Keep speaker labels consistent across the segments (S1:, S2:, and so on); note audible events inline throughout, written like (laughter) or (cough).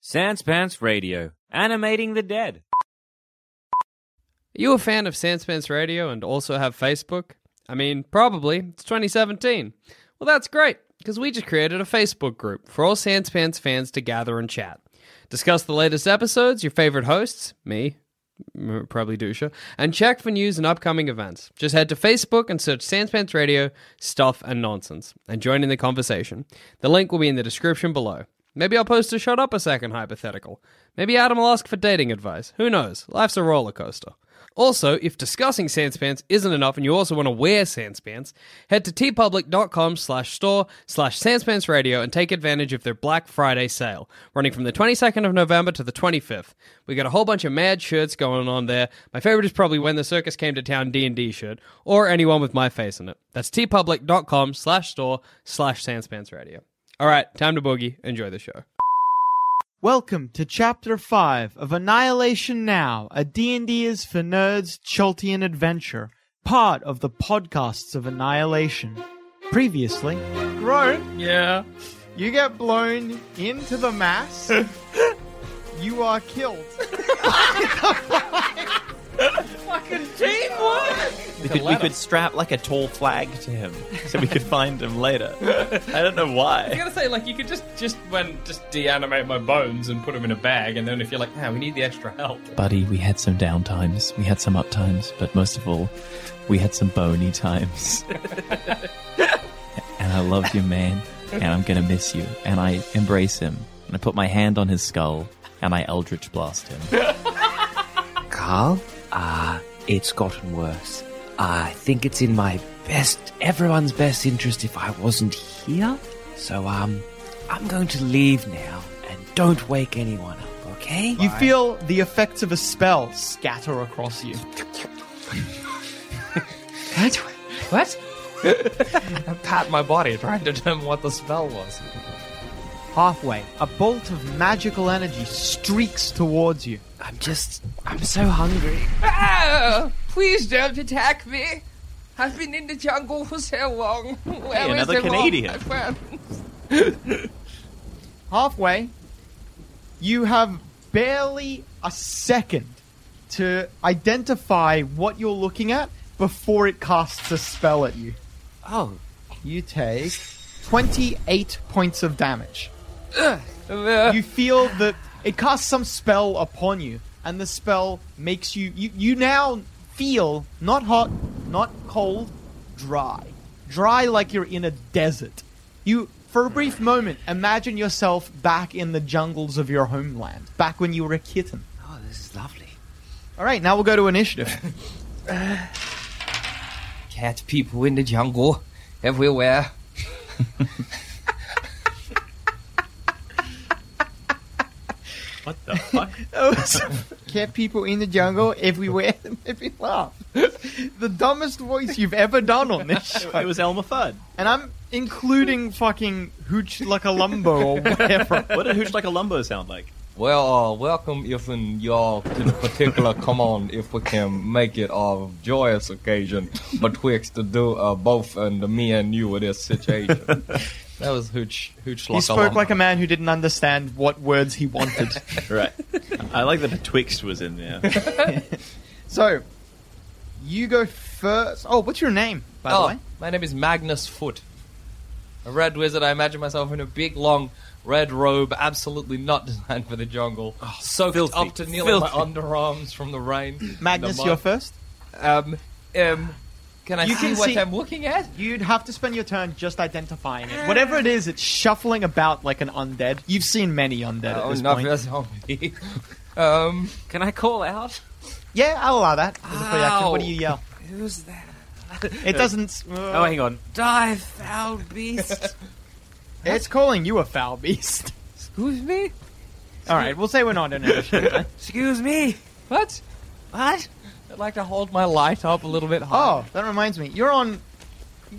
S1: Sans Pants Radio, animating the dead.
S2: Are you a fan of Sandspence Radio and also have Facebook? I mean, probably. It's 2017. Well, that's great, because we just created a Facebook group for all Sandspence fans to gather and chat. Discuss the latest episodes, your favorite hosts, me, m- probably Dusha, and check for news and upcoming events. Just head to Facebook and search Sandspence Radio, Stuff and Nonsense, and join in the conversation. The link will be in the description below. Maybe I'll post a shut up a second hypothetical. Maybe Adam will ask for dating advice. Who knows? Life's a roller coaster. Also, if discussing Sanspants isn't enough and you also want to wear Sanspants, head to tpublic.com slash store slash Sanspants Radio and take advantage of their Black Friday sale, running from the 22nd of November to the 25th. We got a whole bunch of mad shirts going on there. My favorite is probably When the Circus Came to Town D&D shirt, or anyone with my face in it. That's tpublic.com slash store slash Sanspants Radio. All right, time to boogie. Enjoy the show.
S3: Welcome to Chapter 5 of Annihilation Now, a D&D is for Nerds Choltian adventure, part of the podcasts of Annihilation. Previously, Groan,
S2: Yeah.
S3: you get blown into the mass. you are killed.
S4: We could, we could strap like a tall flag to him so we could find him later. I don't know
S5: I
S4: why.
S5: gotta say, like, you could just just when just deanimate my bones and put them in a bag, and then if you're like, ah, we need the extra help.
S4: Buddy, we had some down times, we had some up times, but most of all, we had some bony times. and I loved you, man, and I'm gonna miss you. And I embrace him, and I put my hand on his skull, and I eldritch blast him.
S6: Carl? Ah, it's gotten worse. I think it's in my best, everyone's best interest if I wasn't here. So, um, I'm going to leave now and don't wake anyone up, okay?
S3: You feel the effects of a spell scatter across you.
S5: What? What? I (laughs) pat my body trying to determine what the spell was.
S3: Halfway, a bolt of magical energy streaks towards you.
S6: I'm just, I'm so hungry.
S7: Oh, please don't attack me. I've been in the jungle for so long. (laughs) Where is
S4: another
S7: everyone?
S4: Canadian.
S7: I've, um,
S3: halfway, you have barely a second to identify what you're looking at before it casts a spell at you.
S6: Oh,
S3: You take 28 points of damage.
S7: uh,
S3: You feel that it casts some spell upon you, and the spell makes you. You, you now feel not hot, not cold, dry. Dry like you're in a desert. You, for a brief moment, imagine yourself back in the jungles of your homeland, back when you were a kitten.
S6: oh, this is lovely.
S3: All right, now we'll go to initiative.
S7: cat people in the jungle, everywhere.
S5: What the fuck?
S3: Cat people in the jungle everywhere that made me laugh. the dumbest voice you've ever done on this show.
S4: It was Elmer Fudd.
S3: And I'm including fucking Hooch like a lumbo or whatever.
S4: (laughs) What did Hooch Like a Lumbo sound like?
S5: well, uh, welcome if and y'all to the particular (laughs) come on if we can make it a joyous occasion betwixt the do uh, both and the me and you in this situation.
S3: (laughs)
S5: that was hooch hooch.
S3: He spoke like a man who didn't understand what words he wanted.
S4: (laughs) Right. I like that Betwixt was in there.
S3: (laughs) so, you go first. Oh, what's your name, by the
S5: Oh,
S3: way?
S5: my name is Magnus Foot. A red wizard, I imagine myself in a big, long red robe, absolutely not (laughs) designed for the jungle,
S3: Oh,
S5: soaked up to nearly my underarms from the rain.
S3: Magnus,
S5: the
S3: you're
S5: mud.
S3: first.
S5: Um, um, can I
S3: You
S5: see
S3: can
S5: what
S3: see-
S5: I'm looking at?
S3: You'd have to spend your turn just identifying it. Whatever it is, it's shuffling about like an undead. You've seen many undead at
S5: Oh,
S3: this
S5: not
S3: point.
S5: a zombie. (laughs) um,
S1: Can I call out?
S3: Yeah, I'll allow that as a free action. What do
S5: Ow.
S3: you yell?
S1: Who's that?
S3: It doesn't.
S1: Oh, hang on. Die, foul
S6: (laughs)
S1: beast.
S3: It's calling you a foul beast. (laughs)
S1: Excuse me?
S3: All right, we'll say we're not in (laughs) initiative. then.
S1: Excuse me.
S5: what?
S1: What?
S5: I'd like to hold my light up a little bit higher.
S3: Oh, that reminds me. You're on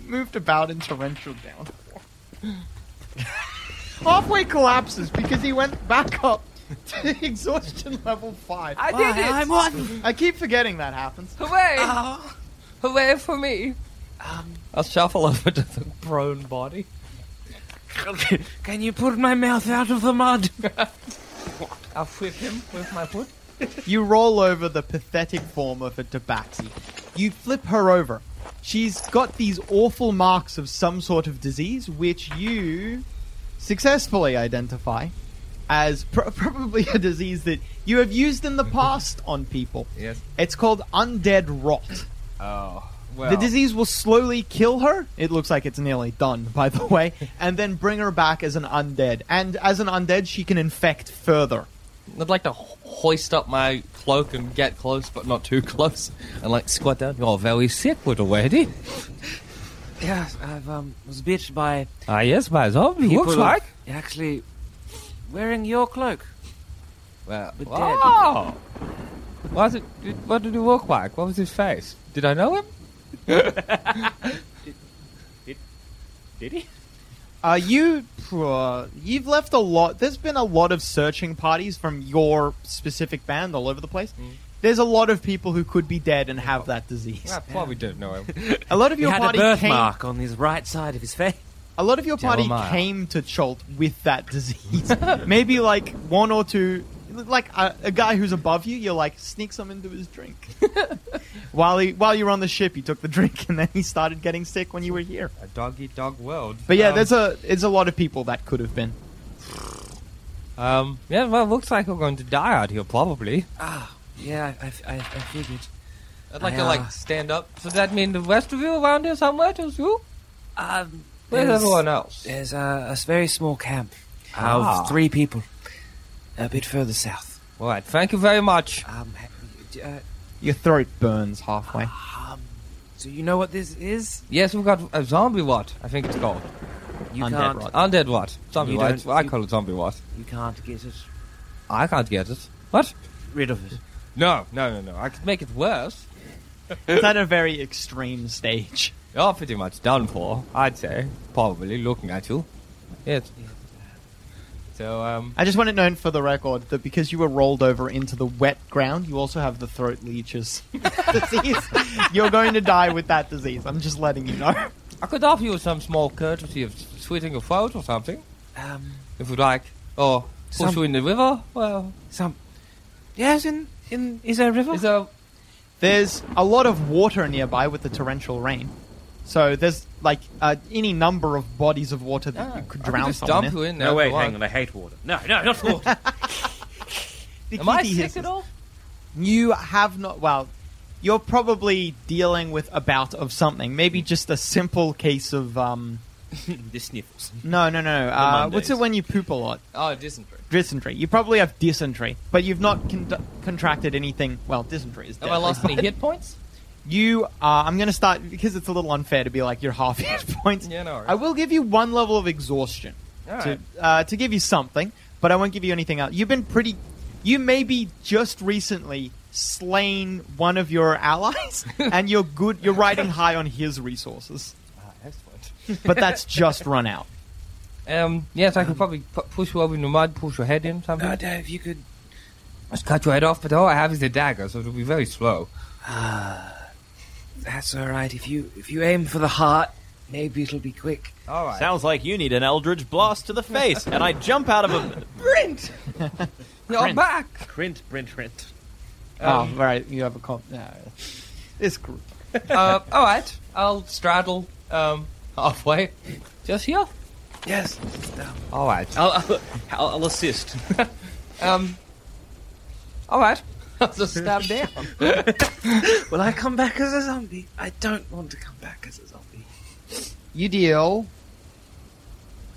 S3: moved about in torrential down. (laughs) Halfway collapses because he went back up to (laughs) exhaustion level five. I,
S7: I did it!
S1: I'm on.
S3: keep forgetting that happens.
S7: Hooray!
S6: Ah.
S7: Hooray for me!
S5: I'll shuffle over to the prone body.
S1: Can you put my mouth out of the mud?
S5: I whip him with my foot.
S3: You roll over the pathetic form of a tabaxi. You flip her over. She's got these awful marks of some sort of disease, which you successfully identify as pr- (laughs) probably a disease that you have used in the past on people.
S5: Yes.
S3: It's called undead rot.
S5: Oh, well.
S3: The disease will slowly kill her. It looks like it's nearly done, by the way, and then bring her back as an undead. And as an undead, she can infect further.
S5: I'd like to ho- hoist up my cloak and get close, but not too close, and like squat down. You're very sick, little lady.
S6: Yeah, I've um, was bit by
S5: Ah, yes, my zombie.
S6: people of actually wearing your cloak.
S5: Well,
S6: But
S7: Ah.
S5: wow. Was it? did- What did he look like? What was his face? Did I know him?
S3: Uh, you, uh, you've left a lot. There's been a lot of searching parties from your specific band all over the place. There's a lot of people who could be dead and have that disease.
S5: I probably don't know him.
S3: A lot of
S6: He
S3: your
S6: had a
S3: party came.
S6: birthmark on his right side of his face.
S3: A lot of your party
S5: Jeremiah.
S3: came to Chult with that disease. (laughs) Maybe like one or two, like a, a guy who's above you. You're like sneak some into his drink. while he while you were on the ship, he took the drink and then he started getting sick when you were here.
S5: (laughs) A dog eat dog world.
S3: But yeah,
S5: Um,
S3: there's a it's a lot of people that could have been.
S5: Um, yeah, well, looks like we're going to die out here, probably.
S6: Yeah, I, I, I figured.
S5: I'd like
S6: I,
S5: to,
S6: uh,
S5: like, stand up. So that mean the rest of you around here somewhere, just you?
S6: Um,
S5: Where's
S6: there's-
S5: everyone else?
S6: There's a, a s- very small camp of
S5: Ah.
S6: three people, a bit further south.
S5: Alright, thank you very much.
S6: Um, ha- d- uh,
S3: Your throat burns halfway.
S6: do you know what this is?
S5: Yes, we've got a zombie rot, I think it's called.
S6: You
S3: Undead
S6: can't.
S3: rot.
S5: Undead rot. Zombie
S6: You
S5: rot.
S6: don't-
S5: It's- I
S6: you-
S5: call it zombie rot.
S6: You can't get it
S5: I can't get it. What?
S6: rid of it.
S5: No, no, no, no. I could make it worse.
S3: it's at a very extreme stage.
S5: You're pretty much done for, I'd say. Probably, looking at you. Yes. So, um,
S3: I just want it known for the record that because you were rolled over into the wet ground, you also have the throat leeches (laughs) disease. You're going to die with that disease. I'm just letting you know.
S5: I could offer you some small courtesy of sweeting a throat or something,
S6: Um,
S5: if you'd like. Or push
S6: Some-
S5: you in the river. Well,
S6: some. Yes, in in is there a river?
S5: is there
S3: There's a lot of water nearby with the torrential rain. So there's like uh, any number of bodies of water that you could
S5: Ah, I could
S3: drown
S5: just
S3: someone
S5: dump
S3: in.
S5: you in there.
S8: No,
S5: if
S8: wait,
S5: you want.
S8: hang on. I hate water. No, no, not
S6: (laughs)
S8: water.
S3: The
S5: Am I
S3: kitty
S5: sick
S3: hisses.
S5: at all?
S3: You have not. Well, you're probably dealing with a bout of something. Maybe just a simple case of. Um,
S8: this sniffles.
S3: no, no, no. Uh, what's
S8: Mondays.
S3: it when you poop a lot?
S5: Oh, dysentery.
S3: dysentery. You probably have dysentery, but you've not con- contracted anything. Well, dysentery is.
S5: Have Oh, I
S3: deadly,
S5: lost any
S3: but
S5: hit points?
S3: You. Uh, I'm going to start because it's a little unfair to be like you're half hit (laughs) points.
S5: Yeah, no worries.
S3: I will give you one level of exhaustion to
S5: Alright.
S3: uh, to give you something, but I won't give you anything else. You've been pretty. You maybe just recently slain one of your
S5: (laughs)
S3: allies, and you're good. You're riding high on his resources,
S5: Ah, excellent.
S3: but that's just run out.
S5: Um, yes, I could probably pu- push you over in the mud, push your head in, something.
S7: Uh,
S6: No, Dave, you could.
S5: Just cut your head off, but all I have is a dagger, so it'll be very slow.
S6: That's all right. If you if you aim for the heart, maybe it'll be quick.
S5: All right.
S8: Sounds like you need an Eldritch blast to the face, and I jump out of
S3: (laughs)
S8: a.
S5: Brent! You're
S3: Brent.
S5: back!
S8: Print, print, print.
S3: oh, right. You have a comp. No. This group.
S5: uh, all right, I'll straddle um, halfway. Just here?
S6: Yes.
S5: All right.
S8: I'll, I'll, I'll, I'll assist.
S5: Um,
S3: (laughs)
S5: all right. I'll just stab down.
S6: (laughs) Will I come back as a zombie? I don't want to come back as a zombie.
S3: You deal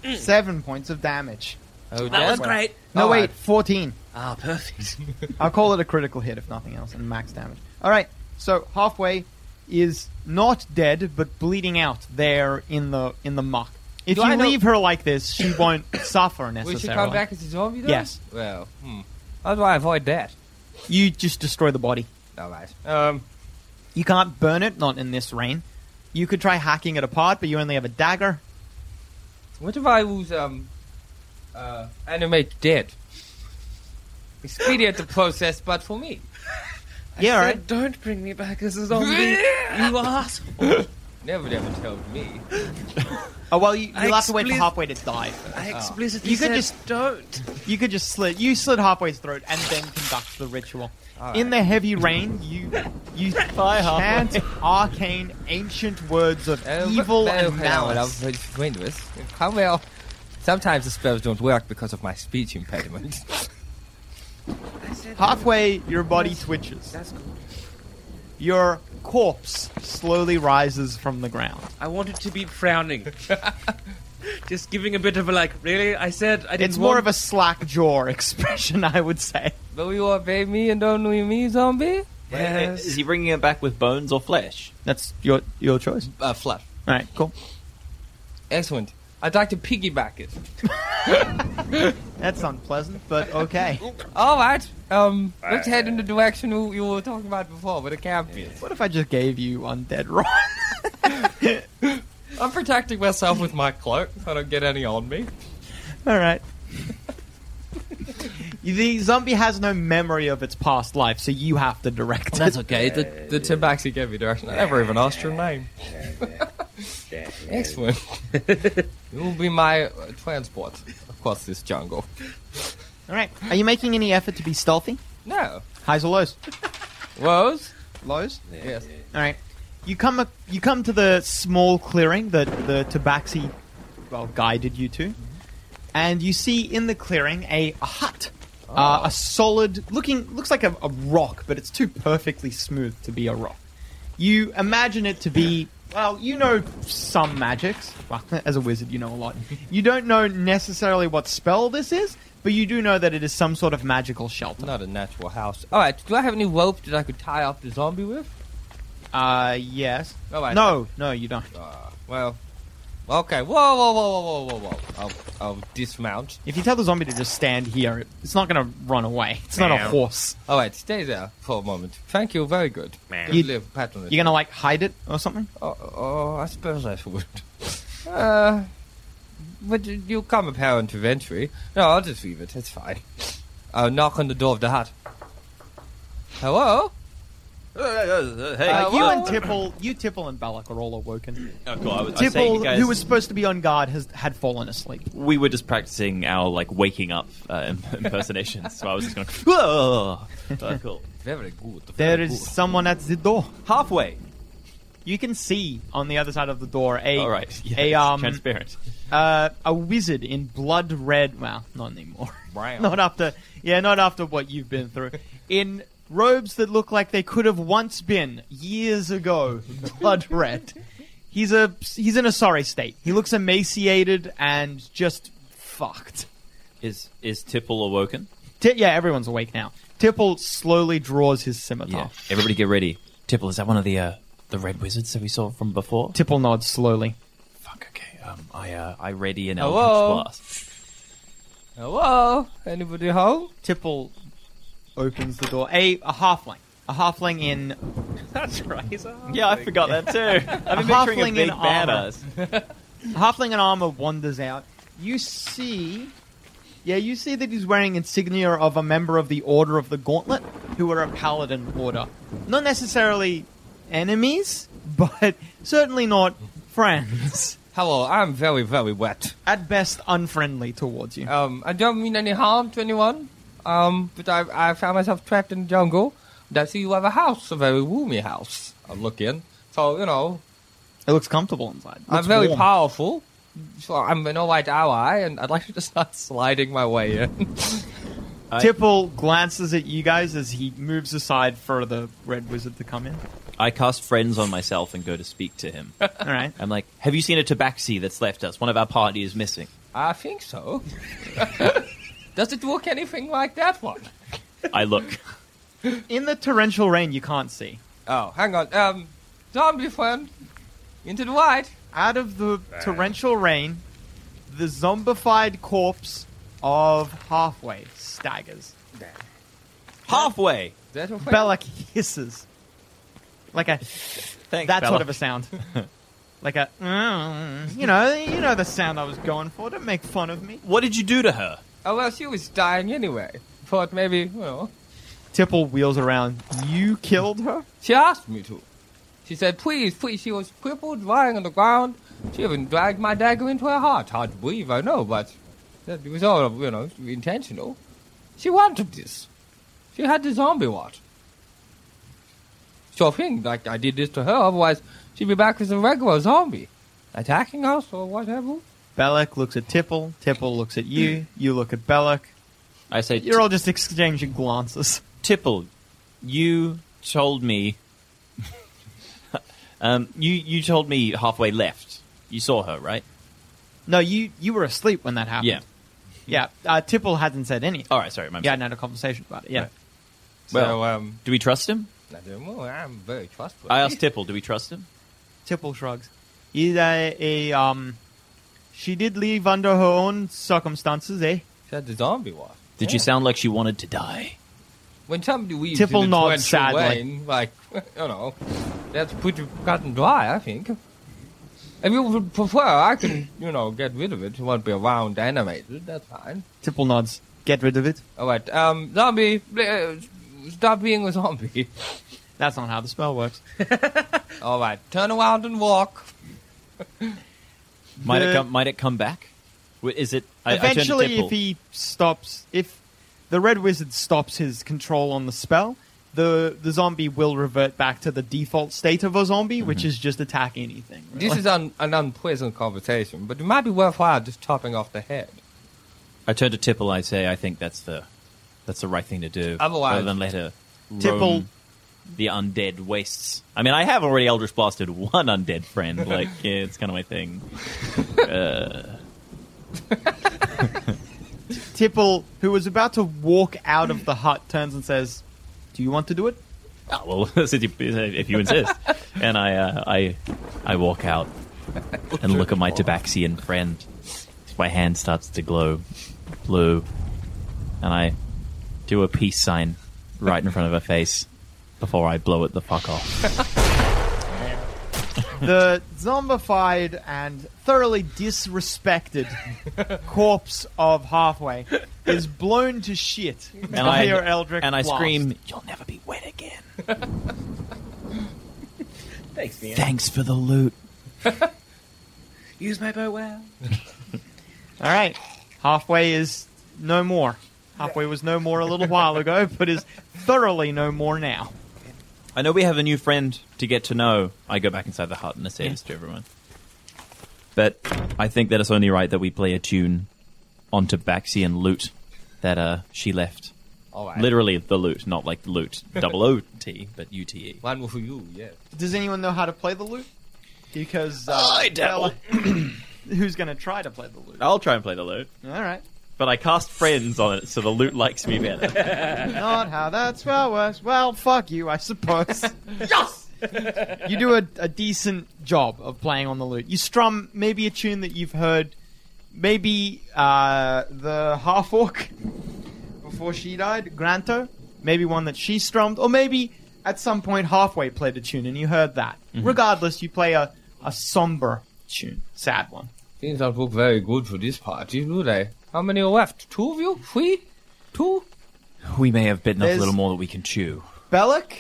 S3: E
S5: Mm.
S3: seven points of damage.
S5: (laughs) Oh,
S6: That was great.
S3: No,
S5: All
S3: wait,
S5: right.
S3: 14.
S6: Ah, perfect.
S3: I'll call it a critical hit if nothing else, and max damage. All right, so halfway is not dead, but bleeding out there in the in the muck. If
S5: Do
S3: you
S5: I know-
S3: leave her like this, she (coughs) won't suffer necessarily.
S5: We should come back as a zombie, though?
S3: Yes,
S5: Well, hmm. How do I avoid that?
S3: you just destroy the body.
S5: All right. Um,
S3: You can't burn it, not in this rain. You could try hacking it apart, but you only have a dagger.
S5: what if I use um, uh, animate dead? Expedient the process, but for
S3: (laughs)
S5: me.
S3: yeah, all right.
S6: Said, Don't bring me back as a zombie. you ask.
S5: Uh, Never, never told me.
S3: Oh well, you,
S6: I
S3: you'll have to wait for
S6: expli-
S3: halfway to die.
S6: I explicitly
S3: You could
S6: said
S3: just-
S6: don't.
S3: You could just slit. You slit halfway's throat and then conduct the ritual. In the heavy rain, you (laughs) you
S4: Bye, halfway.
S3: chant arcane ancient words of
S5: Uh,
S3: evil
S5: but- uh,
S3: and
S5: hang on,
S3: malice.
S5: I'm going to this. How well? Sometimes the spells don't work because of my speech impediment. (laughs)
S6: I said
S3: Halfway, your body twitches.
S6: That's cool.
S3: Your corpse slowly rises from the ground.
S6: I wanted to be frowning. just giving a bit of a like, really? I said I didn't
S3: It's more
S6: want-
S3: of a slack jaw (laughs) expression, I would say.
S5: But you obey me and don't know me, zombie?
S6: Yes.
S4: Is he bringing it back with bones or flesh?
S3: That's your your choice.
S5: Uh, flush.
S3: All right, cool.
S5: Excellent. I'd like to piggyback it.
S3: That's unpleasant, but okay.
S5: All right. Um, let's head in the direction you you were talking about before, but it can't be.
S3: What if I just gave you undead (laughs) rot?
S5: I'm protecting myself with my cloak. so I don't get any on me.
S3: All right. (laughs) the zombie has no memory of its past life, so you have to direct it.
S5: That's okay. The, the Tabaxi gave me direction. I never even asked your name. Excellent. you will be my uh, transport across this jungle.
S3: All right. Are you making any effort to be stealthy?
S5: No.
S3: Highs or lows?
S5: Rose?
S3: Lows.
S5: Yes.
S3: All right. You come. ac- You come to the small clearing that the Tabaxi, well, guided you to, and you see in the clearing a, a hut, uh, a solid looking looks like a, a rock, but it's too perfectly smooth to be a rock. You imagine it to be. Well, you know some magics. Well, (laughs) as a wizard, you know a lot. You don't know necessarily what spell this is, but you do know that it is some sort of magical shelter.
S5: Not a natural house. All right. Do I have any rope that I could tie up the zombie with?
S3: Uh, yes.
S5: All right.
S3: No, no, you don't.
S5: Uh, well. Okay. Whoa, whoa, whoa, whoa, whoa, whoa, whoa. I'll, I'll dismount.
S3: If you tell the zombie to just stand here, it- it's not going to run away. It's not a horse.
S5: All right. Stay there for a moment. Thank you. Very good. Good
S3: You-
S5: live, patronage.
S3: You're going to like hide it or something?
S5: Oh, oh, I suppose I would. Uh, but you come apparent eventually. No, I'll just leave it. It's fine. I'll knock on the door of the hut. Hello?
S4: Hey,
S3: Uh, you
S5: well-
S3: and Tipple, you Tipple and Balak are all awoken.
S4: oh, God, I was, I was saying,
S3: Tipple,
S4: you guys,
S3: who was supposed to be on guard, has had fallen asleep.
S4: we were just practicing our like waking up uh, im- (laughs) impersonations, so I was just going. (laughs) Whoa! Uh, cool.
S5: Very good.
S3: There
S5: very
S3: is
S5: good.
S3: someone at the door.
S4: Halfway.
S3: You can see on the other side of the door a
S4: All right. (laughs) Yeah,
S3: a
S4: it's
S3: um
S4: transparent.
S3: uh, a wizard in blood red. Well, not anymore. (laughs)
S5: Brown.
S3: Not after, yeah, not after what you've been through. In robes that look like they could have once been years ago, (laughs) blood red. He's a he's in a sorry state. He looks emaciated and just fucked.
S4: Is is Tipple awoken?
S3: Ti yeah, everyone's awake now. Tipple slowly draws his
S9: Yeah.
S4: Oh,
S3: scimitar.
S9: Everybody get ready.
S4: Tipple, is that
S9: One of the uh, the red wizards that we saw from before.
S3: Tipple nods slowly.
S9: Fuck. Okay. Um. I uh. I ready an
S5: Hello?
S9: Eldritch blast.
S5: Hello? Anybody home?
S3: Tipple opens the door. A a halfling, a halfling in
S6: That's (laughs) right. He's a-
S4: Yeah, I forgot that too. I've
S3: A
S4: been picturing a
S3: halfling
S4: big
S3: in armor.
S4: badass.
S3: halfling in armor wanders out. You see, yeah, you see that he's wearing insignia of a member of the Order of the Gauntlet, who are a paladin order. Not necessarily enemies, (laughs) but certainly not (laughs) friends.
S5: Hello, I'm very, very wet.
S3: At best, unfriendly towards you.
S5: Um, I don't mean any harm to anyone. Um, but I, I found myself trapped in the jungle. And I see you have a house, a very roomy house. I look in. So, you know,
S3: It looks comfortable inside.
S5: I'm
S3: Looks
S5: very
S3: warm.
S5: powerful, so I'm an alright ally, and I'd like to just start sliding my way in.
S3: Tipple glances at you guys as he moves aside for the red wizard to come in.
S4: I cast friends on myself and go to speak to (laughs) him.
S3: All (laughs) right.
S4: I'm like, have you seen a tabaxi that's left us? One of our party is missing.
S5: I think so. (laughs) Does it look anything like that one?
S4: I (laughs) look.
S3: In the torrential rain, you can't see.
S5: Oh, hang on. Um, zombie friend, into the right.
S3: out of the torrential rain, the zombified corpse of Halfway staggers.
S4: Halfway.
S5: That will
S3: Belloc hisses. Like a
S4: Thanks,
S3: that sort
S4: Bella.
S3: of a
S4: (laughs)
S3: sound. like a mm, you know, you know the sound I was going for. Don't make fun of me.
S4: What did you do to her?
S5: Oh well, she was dying anyway. Thought maybe you know.
S3: Tipple wheels around. You killed her?
S5: She asked me to.
S10: She said, please, please. She was crippled, lying on the ground. She even dragged my dagger into her heart. Hard to believe, I know, but that was all, you know, intentional. She wanted this. She had the zombie wart. Sure thing, like I did this to her, otherwise she'd be back as a regular zombie. Attacking us or whatever.
S3: Belloc looks at Tipple. Tipple looks at you. You look at Belloc.
S4: I say,
S3: You're all just exchanging glances.
S4: Tipple, you told me. (laughs) um, you you told me halfway left. You saw her, right?
S3: No, you you were asleep when that happened.
S4: Yeah.
S3: Yeah. Uh, Tipple hadn't said anything.
S4: All right. Sorry,
S3: Yeah,
S4: my mistake.
S3: and had a conversation about it. Yeah.
S4: Right.
S5: So, um,
S4: Do we trust him?
S5: I don't know, I'm very trustworthy.
S4: I asked Tipple. Do we trust him?
S3: Tipple shrugs. Is a, a um, she did leave under her own circumstances, eh?
S5: She had the zombie wart.
S4: Did you sound like she wanted to die?
S5: When somebody weaves
S3: Tipple
S5: in the
S3: nods
S5: torrential
S3: sadly.
S5: rain, like, (laughs) you know, that's pretty gotten dry, I think. If you would prefer, I can, you know, get rid of it. It won't be around animated, that's fine.
S3: Tipple nods. Get rid of it.
S5: Alright, um, zombie, uh, stop being a zombie. (laughs)
S3: That's not how the spell works.
S5: Alright, turn around and walk.
S4: Might
S3: The-
S4: it come? Might it come back? Wh- Is it? I, I turned to
S3: Eventually,
S4: Tipple.
S3: if he stops, if the red wizard stops his control on the spell, the the zombie will revert back to the default state of a zombie, which
S4: Mm-hmm.
S3: is just attack anything.
S5: This
S3: really.
S5: is un- an unpleasant conversation, but it might be worthwhile just chopping off the head.
S4: I turn to Tipple. I say, I think that's the that's the right thing to do.
S5: Otherwise-
S4: rather than let her
S3: Tipple-
S4: roam the undead wastes. I mean, I have already Eldritch blasted one (laughs) undead friend. Like, yeah, it's kind of my thing.
S3: Tipple, who was about to walk out of the hut, turns and says, "Do you want to do it?"
S4: Ah, well, (laughs) since you- if you insist, and I, uh, I, I walk out and look at my Tabaxian friend. My hand starts to glow blue, and I do a peace sign right in front of her face before I blow it the
S3: (laughs)
S4: fuck off.
S3: the zombified and thoroughly (laughs) disrespected corpse of Halfway is blown to shit
S4: And
S3: by
S4: I
S3: your Eldritch
S4: and I
S3: blast.
S4: scream, "You'll never be wet again."
S3: (laughs)
S4: Thanks, Thanks for the loot.
S11: Use my bow well.
S3: All right, Halfway is no more. Halfway was no more a little while ago, but is thoroughly no more now.
S4: I know we have a new friend to get to know. I go back inside the hut and I say this to everyone. But I think that it's only right that we play a tune on Tabaxian loot that uh, she left.
S5: Alright.
S4: Literally the loot, not like (laughs) loot, double O T, but U T E.
S5: One for you, yes.
S3: Does anyone know how to play the lute? Because uh, well, (clears throat) who's going to try to play the lute?
S4: I'll try and play the loot,
S3: All right,
S4: but I cast friends on it, so the loot likes me better.
S3: not how that spell works. Well, fuck you, I suppose. (laughs) yes! you do a, a decent job of playing on the lute. You strum maybe a tune that you've heard, maybe uh, the half orc before she died, Granto, maybe one that she strummed, or maybe at some point halfway played a tune and you heard that. Regardless, you play a, a somber tune, sad one.
S5: Things don't look very good for this party, do they? How many are left? Two of you? Three? Two?
S4: (laughs) we may have bitten off
S3: There's-
S4: a little more that we can chew.
S3: Belloc,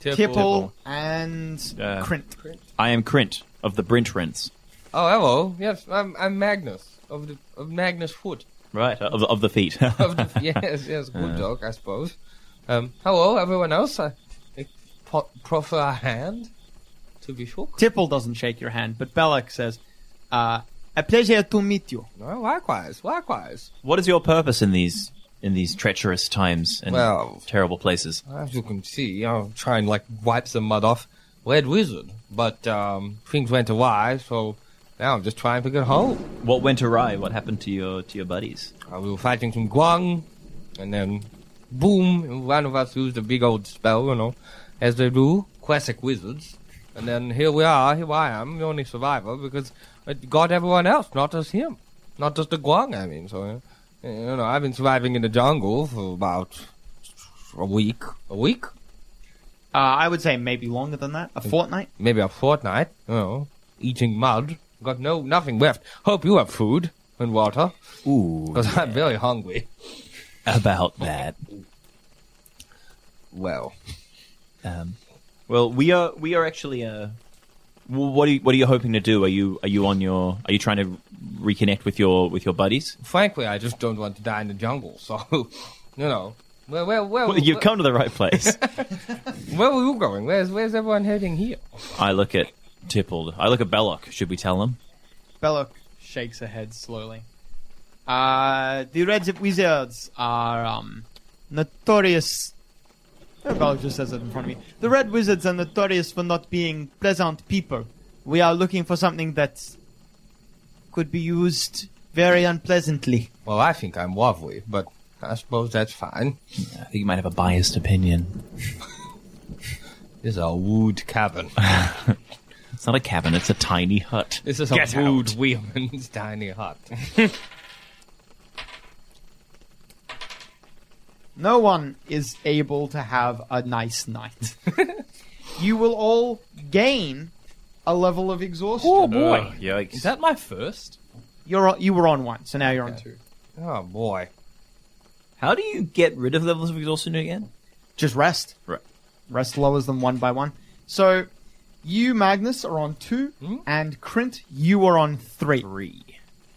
S5: Tipple.
S3: Tipple, and
S4: Uh,
S3: Krint.
S4: I am Krint of the Brint Rents.
S5: Oh, hello. Yes, I'm, I'm Magnus of the of Magnus Foot.
S4: Right, of, (laughs) of the feet.
S5: (laughs) Of the, yes, yes, good dog, I suppose. Um, hello, everyone else. I, I po- proffer a hand to be shook.
S3: Tipple doesn't shake your hand, but Belloc says, uh, "A pleasure to meet you."
S5: No, likewise, likewise.
S4: What is your purpose in these in these treacherous times and
S5: Well-
S4: terrible places?
S5: As you can see, I'm trying like wipe some mud off Red Wizard, but um, things went awry, so now I'm just trying to get home.
S4: What went awry? What happened to your to your buddies?
S5: Uh, we were fighting some Guang, and then boom, one of us used a big old spell, you know, as they do, classic wizards. And then here we are, here I am, the only survivor, because it got everyone else, not just him. Not just the Guang, I mean. So, uh, you know, I've been surviving in the jungle for about a week. A week?
S3: Uh, I would say maybe longer than that, a fortnight.
S5: maybe a fortnight, you know, eating mud. Got no nothing left. Hope you have food and water,
S4: Ooh,
S5: because I'm very hungry.
S4: about that.
S5: Well,
S4: Um, Well, we are we are actually. Uh, well, what are you, what are you hoping to do? Are you are you on your are you trying to reconnect with your with your buddies?
S5: Frankly, I just don't want to die in the jungle. So, (laughs) you know, where where where
S4: Well, (laughs) you've
S5: where,
S4: come to the right place.
S5: where were you going? Where's where's everyone heading here?
S4: I look at Tippled. I look at Belloc. Should we tell him?
S3: Belloc shakes her head slowly. Uh, the Red Wizards are um, notorious. Oh, Belloc just says it in front of me. The Red Wizards are notorious for not being pleasant people. We are looking for something that could be used very unpleasantly.
S5: Well, I think I'm lovely, but I suppose that's fine.
S4: I think you might have a biased opinion.
S5: This is a wood cabin.
S4: It's not a cabin. It's a tiny hut.
S5: This is a
S4: Get out.
S5: wood woman's (laughs) tiny hut.
S3: No one is able to have a nice night. you will all gain a level of exhaustion.
S7: Oh,
S6: Oh,
S3: Uh,
S4: Ugh, Oh, yikes!
S12: Is that my first?
S3: You're on, you were on one, so now you're on two.
S5: Oh boy.
S4: How do you get rid of levels of exhaustion again?
S3: Just rest.
S4: Right.
S3: Rest lowers them one by one. So you, Magnus, are on two, and Krint, you are on three.
S4: Three.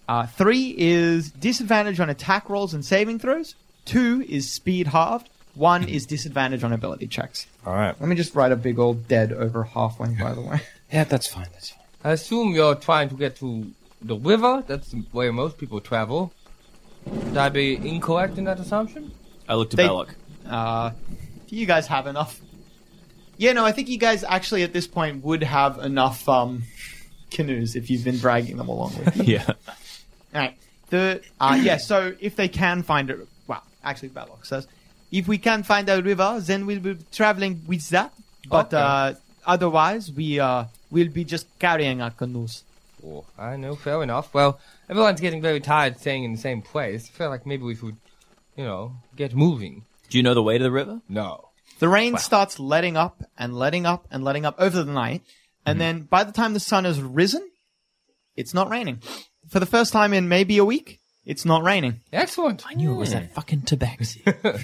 S3: Uh, three is disadvantage on attack rolls and saving throws. Two is speed halved. One is disadvantage on ability checks.
S5: All right.
S3: Let me just write a big old dead over half one, by the way.
S7: Yeah, that's fine. That's fine.
S5: I assume you're trying to get to the river. That's the way most people travel. Would I be incorrect in that assumption?
S4: I looked at
S3: They-
S4: Belloc.
S3: Uh, do you guys have enough? Yeah, no, I think you guys actually at this point would have enough um, canoes if you've been dragging them along with you.
S4: (laughs) (laughs) Yeah.
S3: All right. The uh, yeah. So if they can find a well, actually, Balog says, if we can find a river, then we'll be traveling with that. But
S5: Okay.
S3: uh, otherwise, we uh, will be just carrying our canoes.
S5: Oh, I know, fair enough. Well, everyone's getting very tired staying in the same place. I feel like maybe we should, you know, get moving.
S4: Do you know the way to the river?
S5: No.
S3: The rain starts letting up and letting up and letting up over the night,
S4: Mm-hmm.
S3: and then by the time the sun has risen, it's not raining. For the first time in maybe a week, it's not raining.
S5: Excellent. I
S4: knew it was that fucking Tabaxi.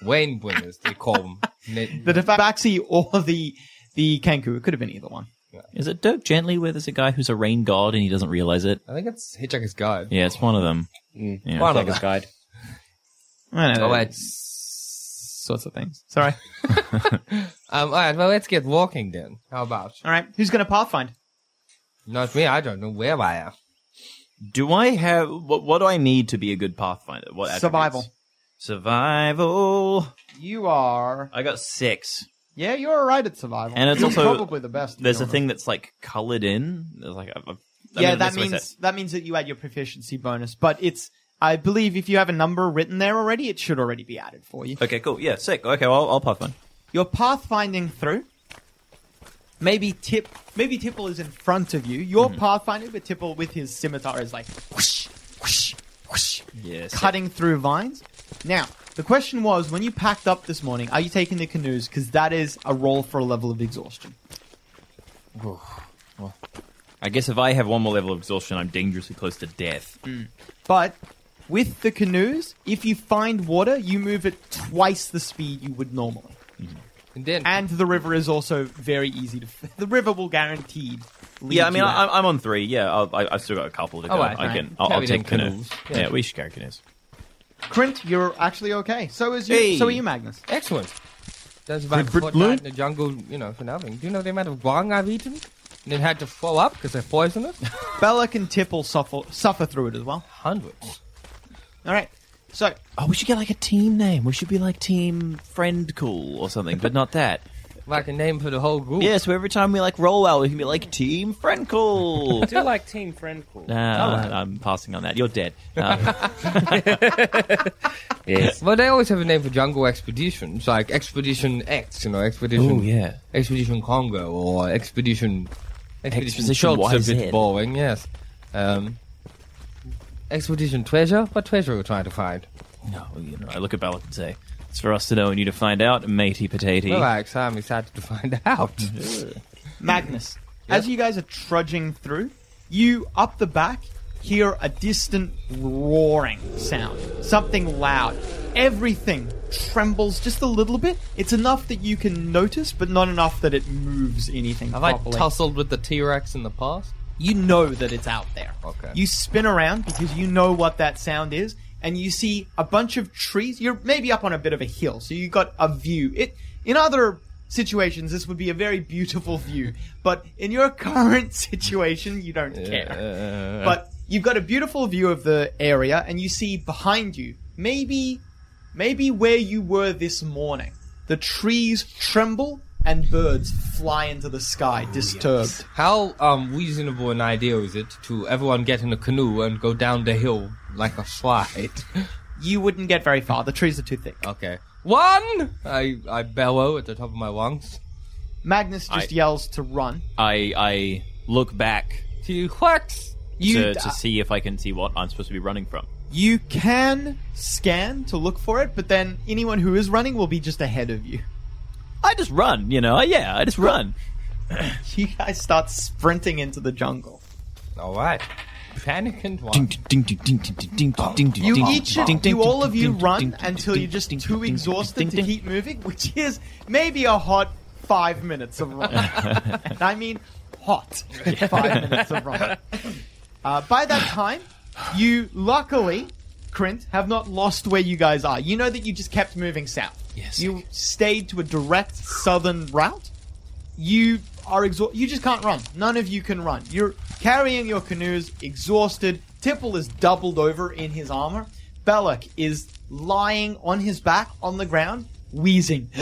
S5: Wayne winners, they call them. Ne-
S3: The Tabaxi or the the Kanku, it could have been either one.
S4: Is it Dirk Gently where there's a guy who's a rain god and he doesn't realize it?
S5: I think it's Hitchhiker's Guide.
S4: Yeah, it's one of them. Yeah,
S5: Mm. One
S4: it's
S5: of
S4: like a
S5: them.
S4: guide.
S3: I don't know,
S5: Oh,
S3: those
S5: wait.
S3: sorts of things. Sorry.
S5: Um, all right, well, let's get walking then. How about?
S3: All right, who's gonna pathfind?
S5: Not me, I don't know where I am.
S4: Do I have what? What do I need to be a good pathfinder? What attributes?
S3: Survival.
S4: Survival.
S3: You are.
S4: I got six.
S3: Yeah, you're alright at survival.
S4: And it's
S3: You're
S4: also-
S3: probably the best. to be
S4: There's a
S3: honest.
S4: thing that's like colored in. There's like a, a, I
S3: yeah,
S4: mean,
S3: that
S4: that's what I
S3: means
S4: said.
S3: that means that you add your proficiency bonus, but it's. I believe if you have a number written there already, it should already be added for you.
S4: Okay, cool. Yeah, sick. Okay, well, I'll, I'll pathfind.
S3: You're pathfinding through. Maybe Tip, maybe Tipple is in front of you. You're
S4: Mm-hmm.
S3: pathfinding, but Tipple with his scimitar is like whoosh, whoosh, whoosh,
S4: Yes.
S3: cutting through vines. Now, the question was, when you packed up this morning, are you taking the canoes? Because that is a roll for a level of exhaustion.
S4: I guess if I have one more level of exhaustion, I'm dangerously close to death.
S5: Mm.
S3: But with the canoes, if you find water, you move at twice the speed you would normally.
S5: And then,
S3: And the river is also very easy to. (laughs) The river will guaranteed. Lead
S4: Yeah, I mean,
S3: you out.
S4: I, I'm on three. Yeah, I'll, I, I've still got a couple to go.
S5: Oh, right,
S4: I
S5: right.
S4: can. I'll, I'll
S5: Carry them
S4: take canoes.
S5: canoes.
S4: Yeah.
S5: Yeah.
S4: we should carry canoes.
S3: Krint, you're actually okay. So is you.
S4: Hey.
S3: So are you, Magnus.
S5: excellent. That's about
S3: Brit-
S5: fortnight
S3: Blue?
S5: in the jungle, you know, for nothing. Do you know the amount of guang I've eaten? And then had to throw up because they're poisonous?
S3: Belloc and Tipple suffer suffer through it as well.
S5: Hundreds.
S3: All right. So
S4: Oh, we should get like a team name. We should be like Team Friend Cool or something, but not
S5: (laughs)
S4: that.
S5: Like a name for the whole group.
S4: Yeah, so every time we like roll out, we can be like Team Friend
S5: (laughs)
S4: Cool.
S6: Do like team friend call.
S4: nah, I'm passing on that. You're dead.
S5: (laughs)
S4: Uh,
S7: Yes.
S5: Well, they always have a name for jungle expeditions, like Expedition X, you know, Expedition.
S4: Ooh, yeah.
S5: Expedition Congo or Expedition. Expedition,
S4: Expedition
S5: Schultz a
S4: YZ.
S5: bit boring, yes. Um, Expedition Treasure? What treasure are we trying to find?
S4: no, you know, I look at Balak and say, "It's for us to know and you to find out, matey potato."
S5: Relax, I'm excited to find (laughs) out.
S3: Magnus, as you guys are trudging through, you up the back hear a distant roaring sound, something loud. Everything trembles just a little bit. It's enough that you can notice, but not enough that it moves anything
S5: Have
S3: properly.
S5: I tussled with the T Rex in the past?
S3: you know that it's out there.
S5: Okay.
S3: You spin around because you know what that sound is, and you see a bunch of trees. You're maybe up on a bit of a hill, so you got a view. It in other situations this would be a very beautiful view, but in your (laughs) current situation you don't care. But you've got a beautiful view of the area, and you see behind you maybe maybe where you were this morning. The trees tremble and birds fly into the sky, disturbed.
S5: How um, reasonable an idea is it to everyone get in a canoe and go down the hill like a slide? (laughs)
S3: You wouldn't get very far. The trees are too thick.
S5: okay. One! I, I bellow at the top of my lungs.
S3: Magnus just yells to run.
S4: I I look back
S5: T Rex!
S3: You
S4: to, to see if I can see what I'm supposed to be running from.
S3: you can scan to look for it, but then anyone who is running will be just ahead of you. (laughs)
S4: I just run, you know. I- Yeah, I just run.
S3: You guys start sprinting into the jungle.
S5: Alright. Panic and
S13: Ding,
S5: one.
S13: ding, ding, ding, ding, ding, ding, ding, ding, ding,
S3: You
S13: ding,
S3: each,
S13: ding, ding,
S3: you all
S13: ding,
S3: of you
S13: ding, ding,
S3: run
S13: ding,
S3: until
S13: ding,
S3: you're just
S13: ding,
S3: too
S13: ding,
S3: exhausted
S13: ding,
S3: to
S13: ding.
S3: keep moving, which is maybe a hot five minutes of running. and I mean
S13: (laughs)
S3: hot five minutes of running. Uh, by that time, you luckily, Krint, have not lost where you guys are. You know that you just kept moving south. Yes. You stayed to a direct southern route. You are exhausted. You just can't run. None of you can run. You're carrying your canoes, exhausted. Tipple is doubled over in his armor. Belloc is lying on his back on the ground, wheezing. (coughs)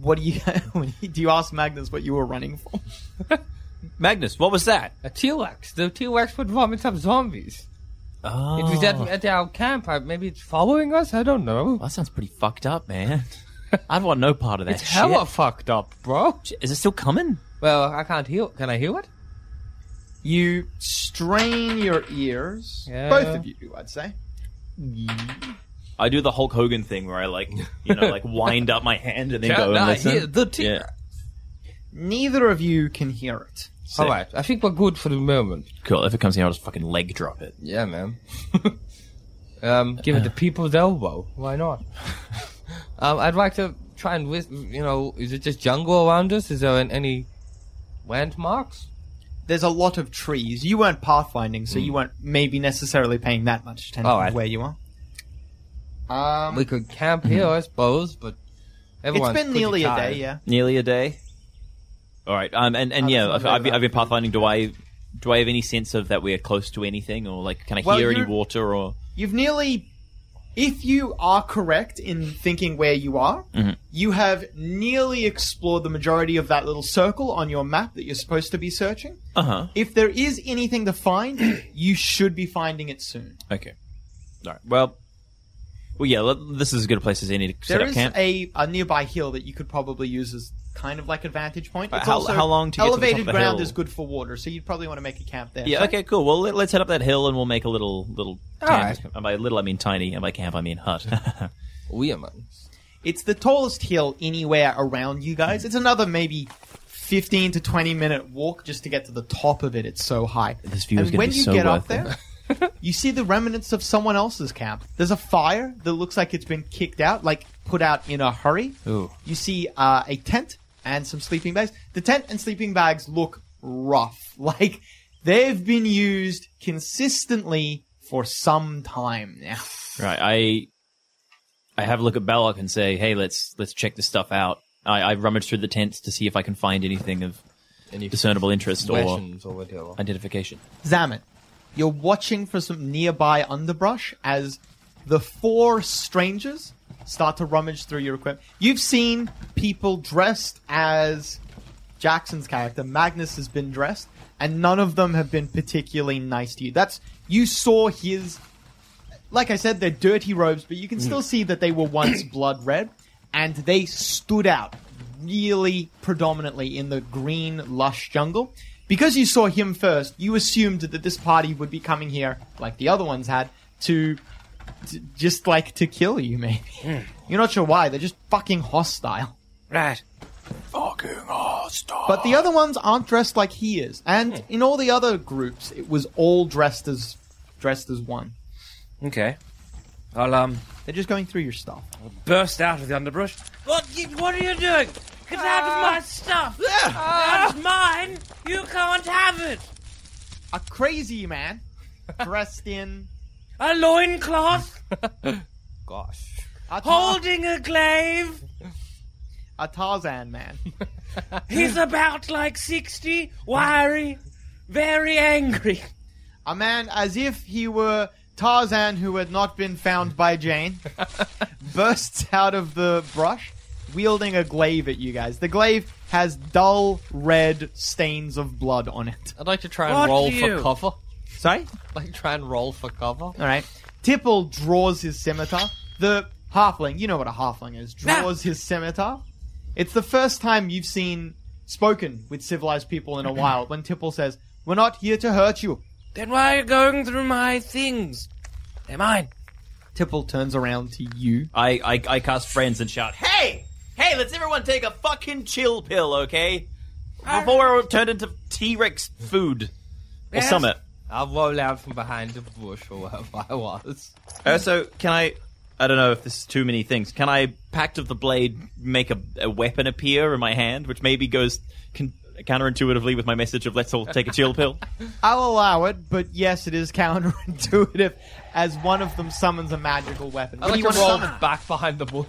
S3: what do you (laughs) do? You ask Magnus what you were running for.
S4: Magnus, what was that?
S5: A T Rex. The T Rex would vomit up zombies. It
S4: Oh.
S5: was at, at our camp. I- Maybe it's following us? I don't know.
S4: Well, that sounds pretty fucked up, man. (laughs) I want no part of that.
S5: It's
S4: shit.
S5: hella fucked up, bro.
S4: Is it still coming?
S5: Well, I can't hear. Can I hear it?
S3: You strain your ears,
S5: Yeah.
S3: both of you, I'd say.
S4: I do the Hulk Hogan thing where I like, you know,
S3: (laughs)
S4: like wind up my hand and then
S5: Can
S4: go and
S5: I
S4: listen.
S5: hear the T
S4: Yeah.
S3: Neither of you can hear it.
S4: Sick.
S5: All right, I think we're good for the moment.
S4: Cool. If it comes in, I'll just fucking leg drop it.
S5: Yeah, man. (laughs) um, give it the people's elbow. Why
S3: (laughs)
S5: not? um, I'd like to try and, whis- you know, is it just jungle around us? Is there an- any landmarks?
S3: There's a lot of trees. You weren't pathfinding, so you
S5: Mm.
S3: weren't maybe necessarily paying that much attention
S5: All right.
S3: to where you are.
S5: Oh, we could camp here, I suppose, but
S3: It's
S5: everyone's
S3: been
S5: pretty
S3: nearly a
S5: tired.
S3: day, yeah.
S4: Nearly a day. All right. Um. And and yeah, I've, I've, been- I've been pathfinding. Do I do I have any sense of that we're close to anything or like can I
S3: Well,
S4: hear any
S3: you're-
S4: water or?
S3: You've nearly. If you are correct in thinking where you are,
S5: Mm-hmm.
S3: you have nearly explored the majority of that little circle on your map that you're supposed to be searching.
S4: Uh huh.
S3: If there is anything to find, (clears throat) you should be finding it soon.
S4: Okay. All right. Well. Well, yeah. let- This is as good a place as any to set
S3: There
S4: up
S3: is
S4: camp.
S3: a, a nearby hill that you could probably use as kind of like a vantage point.
S4: But
S3: It's
S4: how-
S3: also-
S4: how long to get to the top of
S3: elevated
S4: the
S3: ground
S4: hill?
S3: is good for water, so you'd probably want to make a camp there.
S4: yeah. Okay. Cool. Well, let, us head up that hill and we'll make a little little.
S5: All
S4: Camp. And by little, I mean tiny, and by camp, I mean hut. (laughs)
S5: We are, man.
S3: It's the tallest hill anywhere around you guys. It's another maybe fifteen to twenty minute walk just to get to the top of it. It's so high.
S4: This view
S3: and
S4: is gonna
S3: when
S4: be
S3: you
S4: so
S3: get up
S4: worth it.
S3: there, you see the remnants of someone else's camp. There's a fire that looks like it's been kicked out, like put out in a hurry.
S4: Ooh.
S3: You see uh, a tent and some sleeping bags. The tent and sleeping bags look rough, (laughs) like they've been used consistently for some time now.
S4: Right. I I have a look at Belloc and say, "Hey, let's let's check this stuff out." I, I rummage through the tents to see if I can find anything of
S5: Any
S4: discernible interest or
S5: questions or whatever?
S4: identification.
S3: Zaman, you're watching for some nearby underbrush as the four strangers start to rummage through your equipment. You've seen people dressed as Jackson's character. Magnus has been dressed, and none of them have been particularly nice to you. That's you saw his like I said, they're dirty robes, but you can still see that they were once blood red, and they stood out really predominantly in the green, lush jungle. Because you saw him first, you assumed that this party would be coming here, like the other ones had, to, to just like to kill you, maybe. You're not sure why, they're just fucking hostile.
S7: Right.
S3: But the other ones aren't dressed like he is, and in all the other groups, it was all dressed as dressed as one.
S6: Okay. I'll um
S3: They're just going through your stuff.
S6: burst out of the underbrush. What? you- What are you doing? Get out of my stuff! That's mine. You can't have it.
S3: A crazy man dressed in
S6: A loincloth
S5: Gosh.
S3: a, tar-
S6: holding a glaive.
S3: a Tarzan man.
S6: He's about like sixty, wiry, very angry.
S3: A man as if he were Tarzan who had not been found by Jane bursts out of the brush wielding a glaive at you guys. The glaive has dull red stains of blood on it.
S5: I'd like to try and
S6: What
S5: roll
S6: do
S5: for
S6: you-
S5: cover.
S3: Sorry?
S5: Like try and roll for cover.
S3: All right. Tipple draws his scimitar. The halfling, you know what a halfling is, draws his scimitar. It's the first time you've seen spoken with civilized people
S5: (clears throat)
S3: in a while when Tipple says, "We're not here to hurt you."
S6: Then why are you going through my things? They're mine.
S3: Tipple turns around to you.
S4: I, I I cast friends and shout, "Hey, hey! Let's everyone take a fucking chill pill, okay? Before we're turned into T Rex food or
S6: Yes.
S4: summit."
S5: I'll roll out from behind the bush or wherever I was.
S4: Also, Uh, can I? I don't know if this is too many things. Can I, Pact of the Blade, make a, a weapon appear in my hand, which maybe goes con- counterintuitively with my message of let's all take a chill
S5: (laughs)
S4: pill?
S3: I'll allow it, but yes, it is counterintuitive as one of them summons a magical weapon.
S5: I
S3: What do you
S5: like to
S3: want to
S5: roll
S3: summon?
S5: back behind the bush.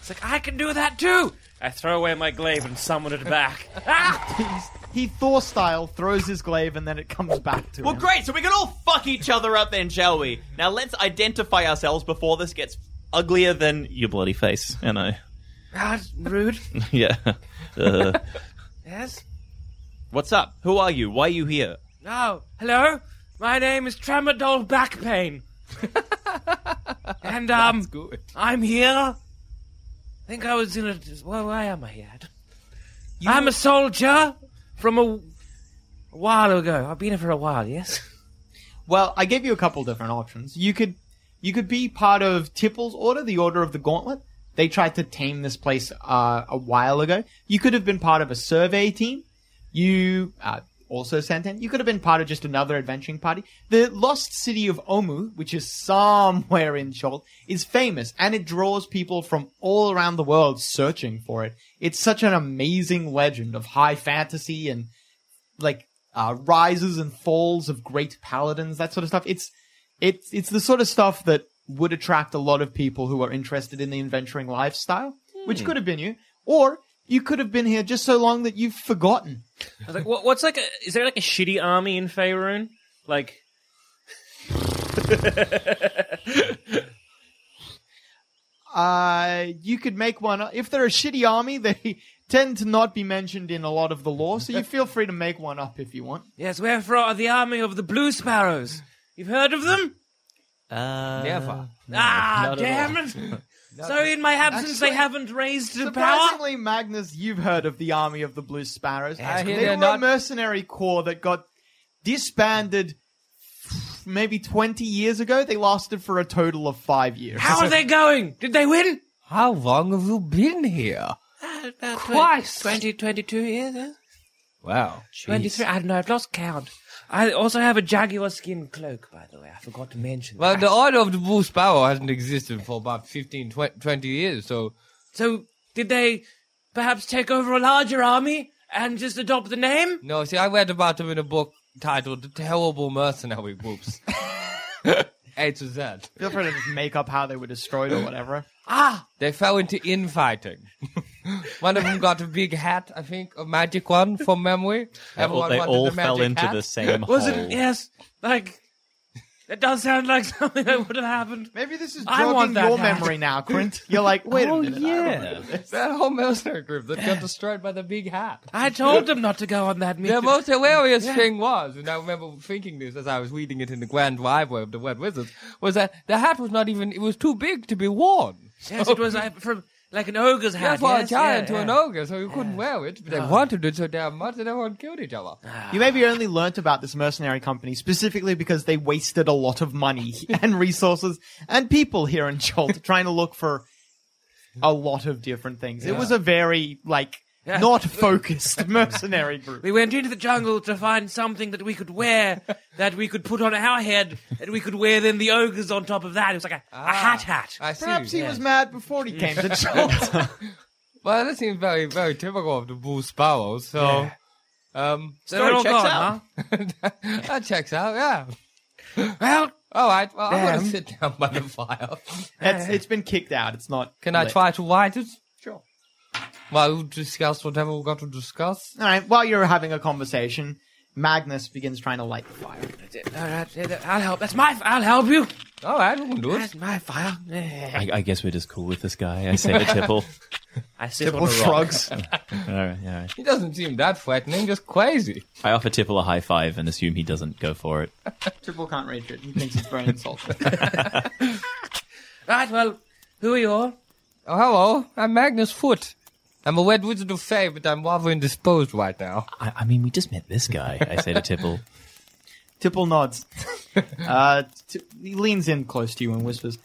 S6: It's like I can do that too. I throw away my glaive and summon it back. (laughs) ah!
S3: He's- He Thor style throws his glaive and then it comes back to
S4: (laughs) well,
S3: him.
S4: great. So we can all fuck each other up, then, shall we? Now let's identify ourselves before this gets uglier than your bloody face. And I, (laughs)
S6: That's rude.
S4: yeah. Uh,
S6: Yes.
S4: what's up? Who are you? Why are you here?
S6: Oh, hello. My name is Tramadol Backpain. and um,
S5: Good.
S6: I'm here. I think I was in a. Well, why am I here? I don't- I'm a soldier from a, a while ago. I've been here for a while. Yes.
S3: Well, I gave you a couple different options. You could you could be part of Tipple's order, the Order of the Gauntlet. They tried to tame this place uh, a while ago. You could have been part of a survey team. You uh, also sent in. You could have been part of just another adventuring party. The lost city of Omu, which is somewhere in Shoal, is famous and it draws people from all around the world searching for it. It's such an amazing legend of high fantasy and like uh, rises and falls of great paladins, that sort of stuff. It's it's it's the sort of stuff that would attract a lot of people who are interested in the adventuring lifestyle, which could have been you, or you could have been here just so long that you've forgotten.
S6: I was like, what, what's like? A, is there like a shitty army in Faerun? Like,
S3: Uh, you could make one if they're a shitty army. (laughs) They tend to not be mentioned in a lot of the lore, so you feel free to make one up if you want.
S6: yes, we're from the army of the Blue Sparrows. You've heard of them?
S4: Uh,
S5: Never.
S6: ah, damn it! (laughs) so in my absence, they haven't raised the power.
S3: Surprisingly, Magnus, you've heard of the Army of the Blue Sparrows. Uh,
S5: Yeah,
S3: they
S5: cool.
S3: were
S5: they're
S3: a
S5: not-
S3: mercenary corps that got disbanded maybe 20 years ago. They lasted for a total of five years.
S6: How are they going? Did they win?
S5: How long have you been here? Christ.
S6: 20, 22 years, yeah?
S5: Wow.
S6: 23. I don't know, I've lost count. I also have a jaguar skin cloak, by the way. I forgot to mention
S5: Well,
S6: that.
S5: the Order of the Blue Sparrow hasn't existed for about 15, 20, 20 years, so
S6: So, did they perhaps take over a larger army and just adopt the name?
S5: no. See, I read about them in a book titled "The Terrible Mercenary (laughs) Groups." A to Z.
S3: Feel free to just make up how they were destroyed or
S6: (laughs)
S3: whatever.
S6: Ah,
S5: They fell into
S4: (laughs)
S5: infighting. one of them got a big hat, I think, a magic one from memory. Everyone
S4: they
S5: wanted
S4: all
S5: the magic
S4: fell into
S5: hat.
S4: the
S5: (laughs)
S4: same hole.
S6: was it? Yes, like, that does sound like (laughs) something that would have happened.
S3: Maybe this is
S6: I want
S3: jogging
S6: that
S3: your
S6: hat. Oh, (laughs)
S3: memory now, Quint. You're like, wait a minute. I remember
S4: yeah.
S3: this.
S5: That whole mercenary group that got destroyed by the
S4: (laughs)
S5: big hat.
S6: I told them not to go on that
S5: The
S6: mission.
S5: most hilarious thing was, and I remember thinking this as I was reading it in the Grand Driveway of the Red Wizards, was that the hat was not even, it was too big to be worn.
S6: yes, it was I, from, like, an ogre's
S4: Ah,
S5: Yeah,
S6: hat.
S5: for
S6: yes,
S5: a giant
S6: yeah,
S5: to an
S6: yeah.
S5: ogre, so you couldn't wear it, but they wanted it so damn much that everyone killed each other.
S3: You maybe only learnt about this mercenary company specifically because they wasted a lot of money (laughs) and resources and people here (laughs) in Jolt trying to look for a lot of different things. It was a very like not focused (laughs) mercenary
S5: (laughs)
S3: group.
S6: We went into the jungle to find something that we could wear, that we could put on our head, and we could wear then the ogres on top of that. It was like a,
S5: Ah.
S6: a hat hat.
S5: I see.
S3: Perhaps he
S5: yeah.
S3: was mad before he came to
S5: (laughs)
S3: Jolt.
S5: Well, that seems very, very typical of the Blue Sparrow. So, um,
S6: So they're all
S5: checks
S6: gone,
S5: out. (laughs) that checks out. Yeah.
S6: huh? Well,
S5: All right. Well, I'm
S6: Damn.
S5: gonna sit down by the fire.
S3: That's, it's been kicked out. It's not.
S5: Can I
S3: lit.
S5: try to light it?
S3: Sure.
S5: Well, we'll discuss whatever we've got to discuss.
S3: All right. While you're having a conversation, Magnus begins trying to light the fire.
S6: all right, yeah, uh, I'll help. That's my. I'll help you.
S5: All right, we can do it.
S6: That's my fire.
S4: I, I guess we're just cool with this guy. I say
S5: (laughs)
S4: to Tipple.
S6: I sit on
S3: Or
S6: a rock.
S3: shrugs.
S4: All right, all right.
S5: He doesn't seem that threatening, just crazy.
S4: I offer Tipple a high five and assume he doesn't go for it.
S3: Triple can't reach it. He thinks it's very
S5: (laughs)
S3: insulting.
S6: Right. Well, who are you all?
S5: Oh, hello. I'm Magnus Foot. I'm a Red Wizard of Fae, but I'm rather indisposed right now.
S4: I, I mean, we just met this guy. I say to (laughs) Tipple.
S6: (laughs)
S3: Tipple nods. uh, t- he leans in close to you and whispers,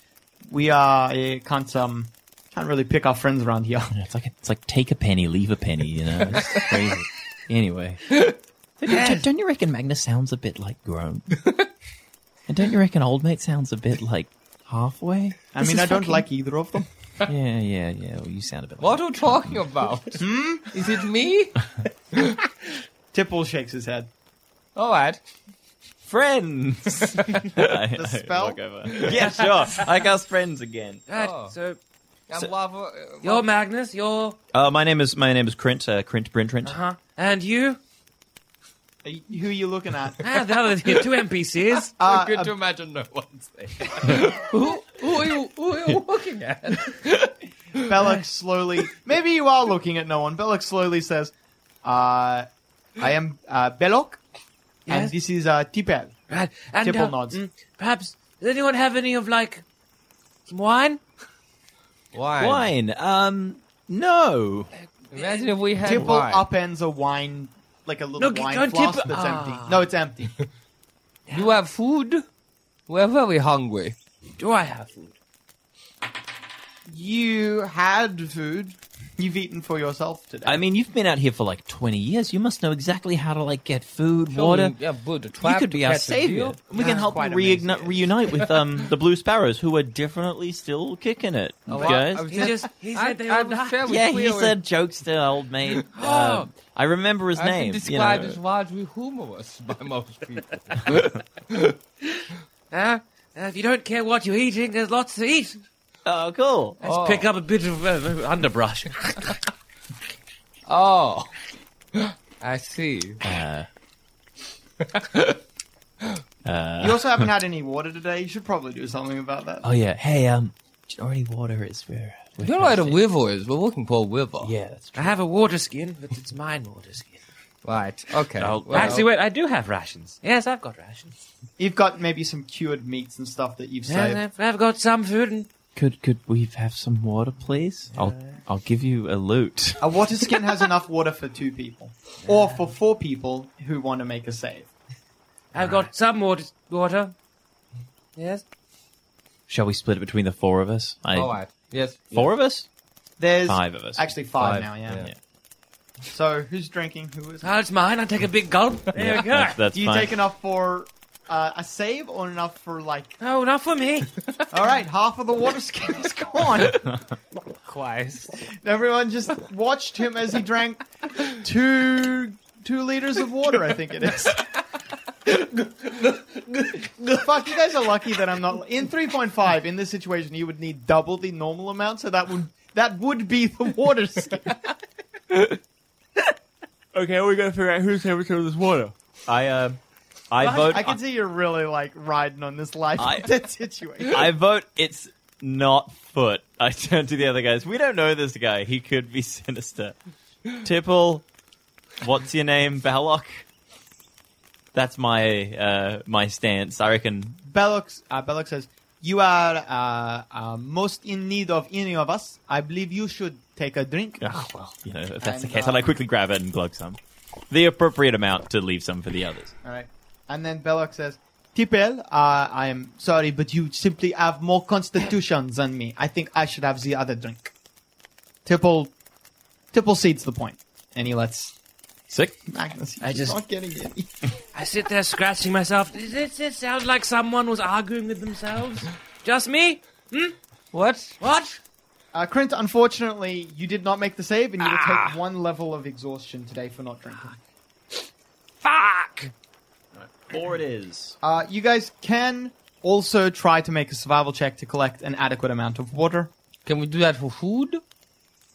S3: "We are uh, can't um can't really pick our friends
S6: (laughs)
S3: around here."
S4: It's like it's like take a penny, leave a penny. You know, it's crazy. Anyway,
S6: Yeah.
S4: don't you reckon Magnus sounds a bit like Groan? (laughs) and don't you reckon Old Mate sounds a bit like halfway?
S3: I mean, I don't like either of them.
S4: Yeah, yeah, yeah. Well, you sound a bit.
S5: What
S4: Like
S5: are you talking about? Is it me?
S3: Tipple shakes his head.
S5: All right.
S4: (laughs) friends? I, I
S3: spell?
S4: walk over. (laughs) Yeah, sure. I cast friends again.
S6: Right.
S5: Oh.
S6: So
S5: I'm
S4: So-
S5: rather, uh,
S6: you're Magnus. You're
S4: Uh, my name is my name is Crint. Uh, Crint Brintrint.
S6: huh? And you?
S3: Are you- Who are you looking
S6: (laughs)
S3: at?
S6: Ah, the other two NPCs.
S3: Uh,
S5: good
S3: uh,
S5: to imagine no one's there. who, (laughs) who, are you, who are you looking at?
S3: Belloc slowly. Maybe you are looking at no one. Belloc slowly says, uh, "I am uh, Belloc, and
S6: Yes?
S3: this is uh, Tipel."
S6: Right. And uh, mm,
S3: Tipple nods.
S6: perhaps does anyone have any of like some wine?
S5: Wine.
S4: Wine. Um, no.
S5: Imagine if we had
S3: Tipple
S5: wine.
S3: upends a wine, like a little
S6: No,
S3: wine
S6: don't
S3: flask
S6: tipple-
S3: that's
S6: Ah.
S3: empty. No, it's empty.
S5: You have food? We're very hungry.
S6: Do I have food?
S3: you had food. You've eaten for yourself today.
S4: I mean, you've been out here for like twenty years. You must know exactly how to like get food,
S5: Sure,
S4: water.
S5: we- Yeah, but a
S4: You
S5: trap
S4: could
S5: to
S4: be our
S5: catch a
S4: savior.
S5: deer.
S4: We can help you reigni- reunite with (laughs) um, the Blue Sparrows, who are definitely still kicking it,
S5: well,
S4: guys.
S5: I was-
S6: He just he said
S5: I,
S6: they were
S5: I was
S6: not.
S5: fairly
S4: yeah,
S5: clear
S4: he
S5: with-
S4: said jokes to old (gasps) mate.
S6: Oh.
S4: Um, I remember his
S5: I've been
S4: name. You
S5: described
S4: know.
S5: as largely humorous (laughs) by most people.
S6: Uh, uh, if you don't care what you're eating, there's lots to eat.
S4: Oh, (laughs) cool.
S6: Let's
S5: Oh.
S6: pick up a bit of uh, underbrush.
S5: oh, I see.
S4: (laughs) Uh,
S3: you also haven't had any water today. You should probably do something about that.
S4: uh, oh yeah. Hey, um, do you know any water is where? where
S5: You know where the river is. We're looking for a river.
S4: Yeah, that's
S6: I have a water skin, but it's mine water skin.
S5: Right. Okay. well,
S6: Actually, wait, I do have rations. Oh, Yes, I've got rations.
S3: You've got maybe some cured meats and stuff that you've saved.
S6: Yeah, I've, I've got some food. And
S4: Could could we have some water, please? I'll I'll give you a loot.
S3: A water skin has enough water for two people, or for four people who want to make a save.
S6: I've got some water. water. Yes.
S4: Shall we split it between the four of us? I,
S5: All right. Yes.
S4: Four of us?
S3: There's
S4: Five of us.
S3: actually five, now. Yeah.
S4: yeah.
S3: So who's drinking? Who is?
S6: Oh, it's mine. I take a big (laughs) gulp. There we go.
S4: That's, that's
S3: do you
S4: fine.
S3: take enough for uh, a save or enough for like?
S6: Oh, not for me.
S3: All right, half of the water skin is gone.
S5: Christ.
S3: Everyone just watched him as he drank two two liters of water. I think it is. Fuck, you guys are lucky that I'm not in 3.5. In this situation, you would need double the normal amount, so that would that would be the water skin.
S4: Okay, we gotta figure out who's having some of this water. I uh, I vote.
S3: I can see you're really like riding on this life
S4: I-
S3: death (laughs) situation.
S4: I vote. It's not foot. I turn to the other guys. We don't know this guy. He could be (laughs) sinister. Tipple, what's your name? Balok. That's my uh, my stance. I reckon.
S3: Belloc, uh, Belloc says, "You are uh, uh, most in need of any of us. I believe you should take a drink."
S4: Oh, well, you know, if that's the
S3: And,
S4: case,
S3: uh,
S4: I'll like, quickly grab it and glug some. The appropriate amount to leave some for the others.
S3: All right. And then Belloc says, Tipel, uh, I am sorry, but you simply have more constitutions than me. I think I should have the other drink. Tipple, Tipple seeds the point. and he lets.
S4: Sick.
S3: Magnus,
S6: I
S3: I
S6: just-
S3: just not getting it.
S6: I sit there scratching myself. Does this, this sound like someone was arguing with themselves? Just me? Hmm?
S5: What?
S6: What?
S3: Uh, Krint, unfortunately, you did not make the save, and you will
S6: Ah.
S3: take one level of exhaustion today for not drinking.
S6: Fuck!
S4: Four it is.
S3: Uh, you guys can also try to make a survival check to collect an adequate amount of water.
S5: Can we do that for food?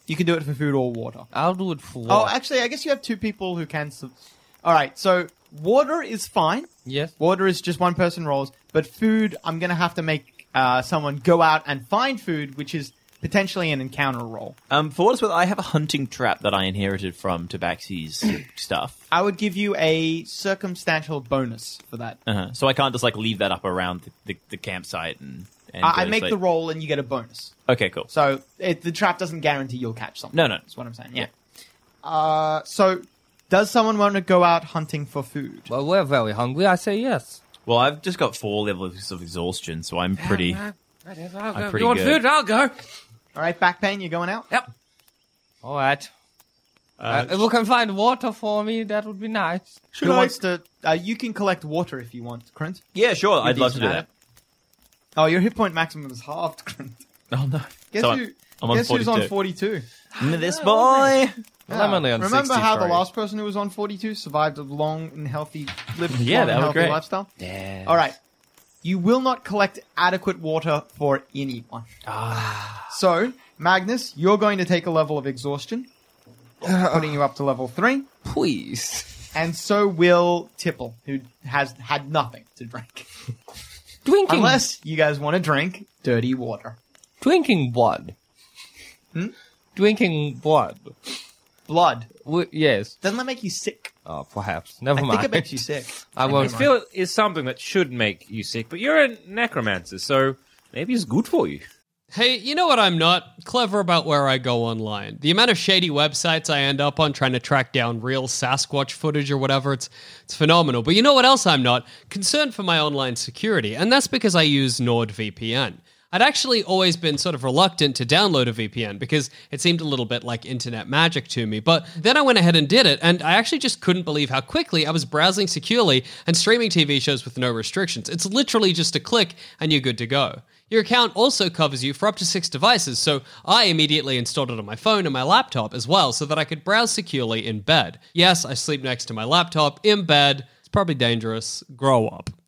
S3: You can do it for food or water.
S5: I'll do it for.
S3: Oh, actually, I guess you have two people who can. Su- All right, so water is fine.
S5: yes.
S3: Water is just one person rolls, but food, I'm gonna have to make uh, someone go out and find food, which is potentially an encounter roll.
S4: Um, for what it's worth, I have a hunting trap that I inherited
S3: (clears throat)
S4: from Tabaxi's stuff.
S3: I would give you a circumstantial bonus for that.
S4: Uh-huh. So I can't just like leave that up around the, the, the campsite and. and
S3: I, I
S4: go,
S3: make
S4: like-
S3: the roll and you get a bonus.
S4: Okay, cool.
S3: So it, the trap doesn't guarantee you'll catch something.
S4: No, no.
S3: That's what I'm saying. Yeah. Uh, so does someone want to go out hunting for food?
S5: Well, we're very hungry. I say yes.
S4: Well, I've just got four levels of exhaustion, so I'm pretty.
S6: Yeah, I, I, I'll go.
S4: pretty
S6: you want
S4: good.
S6: food? I'll go.
S3: All right, back pain, you going out?
S6: Yep.
S5: All right. Uh, if you can find water for me, that would be nice.
S3: Who wants to? Uh, you can collect water if you want, Krint.
S4: Yeah, sure. I'd love to
S3: decent
S4: do
S3: at
S4: that.
S3: Oh, your hit point maximum is halved, Krint.
S4: Oh no!
S3: Guess
S4: So
S3: who?
S4: I'm on
S3: guess who's on
S4: 42.
S3: forty-two?
S4: this boy.
S5: Well, I'm only on
S3: Remember how the
S5: 63.
S3: last person who was on forty-two survived a long and healthy, lived
S4: (laughs) Yeah,
S3: long and
S4: that was
S3: healthy
S4: great.
S3: lifestyle?
S7: Yeah.
S3: All right. You will not collect adequate water for anyone.
S4: Ah.
S3: So, Magnus, you're going to take a level of exhaustion, putting you up to level three,
S5: Please.
S3: and so will Tipple, who has had nothing to drink.
S5: Drinking.
S3: Unless you guys want to drink dirty water.
S5: Drinking blood. Drinking blood.
S3: Blood.
S5: W- yes.
S3: Doesn't that make you sick?
S5: Oh, perhaps. Never
S3: I
S5: mind.
S3: think it makes you sick.
S5: I won't.
S6: I feel it is something that should make you sick, but you're a necromancer, so maybe it's good for you.
S2: Hey, you know what I'm not? Clever about where I go online. The amount of shady websites I end up on trying to track down real Sasquatch footage or whatever, it's it's phenomenal. But you know what else I'm not? Concerned for my online security, and that's because I use NordVPN. I'd actually always been sort of reluctant to download a VPN because it seemed a little bit like internet magic to me. But then I went ahead and did it, and I actually just couldn't believe how quickly I was browsing securely and streaming TV shows with no restrictions. It's literally just a click, and you're good to go. Your account also covers you for up to six devices, so I immediately installed it on my phone and my laptop as well so that I could browse securely in bed. Yes, I sleep next to my laptop in bed. It's probably dangerous. Grow up. (laughs)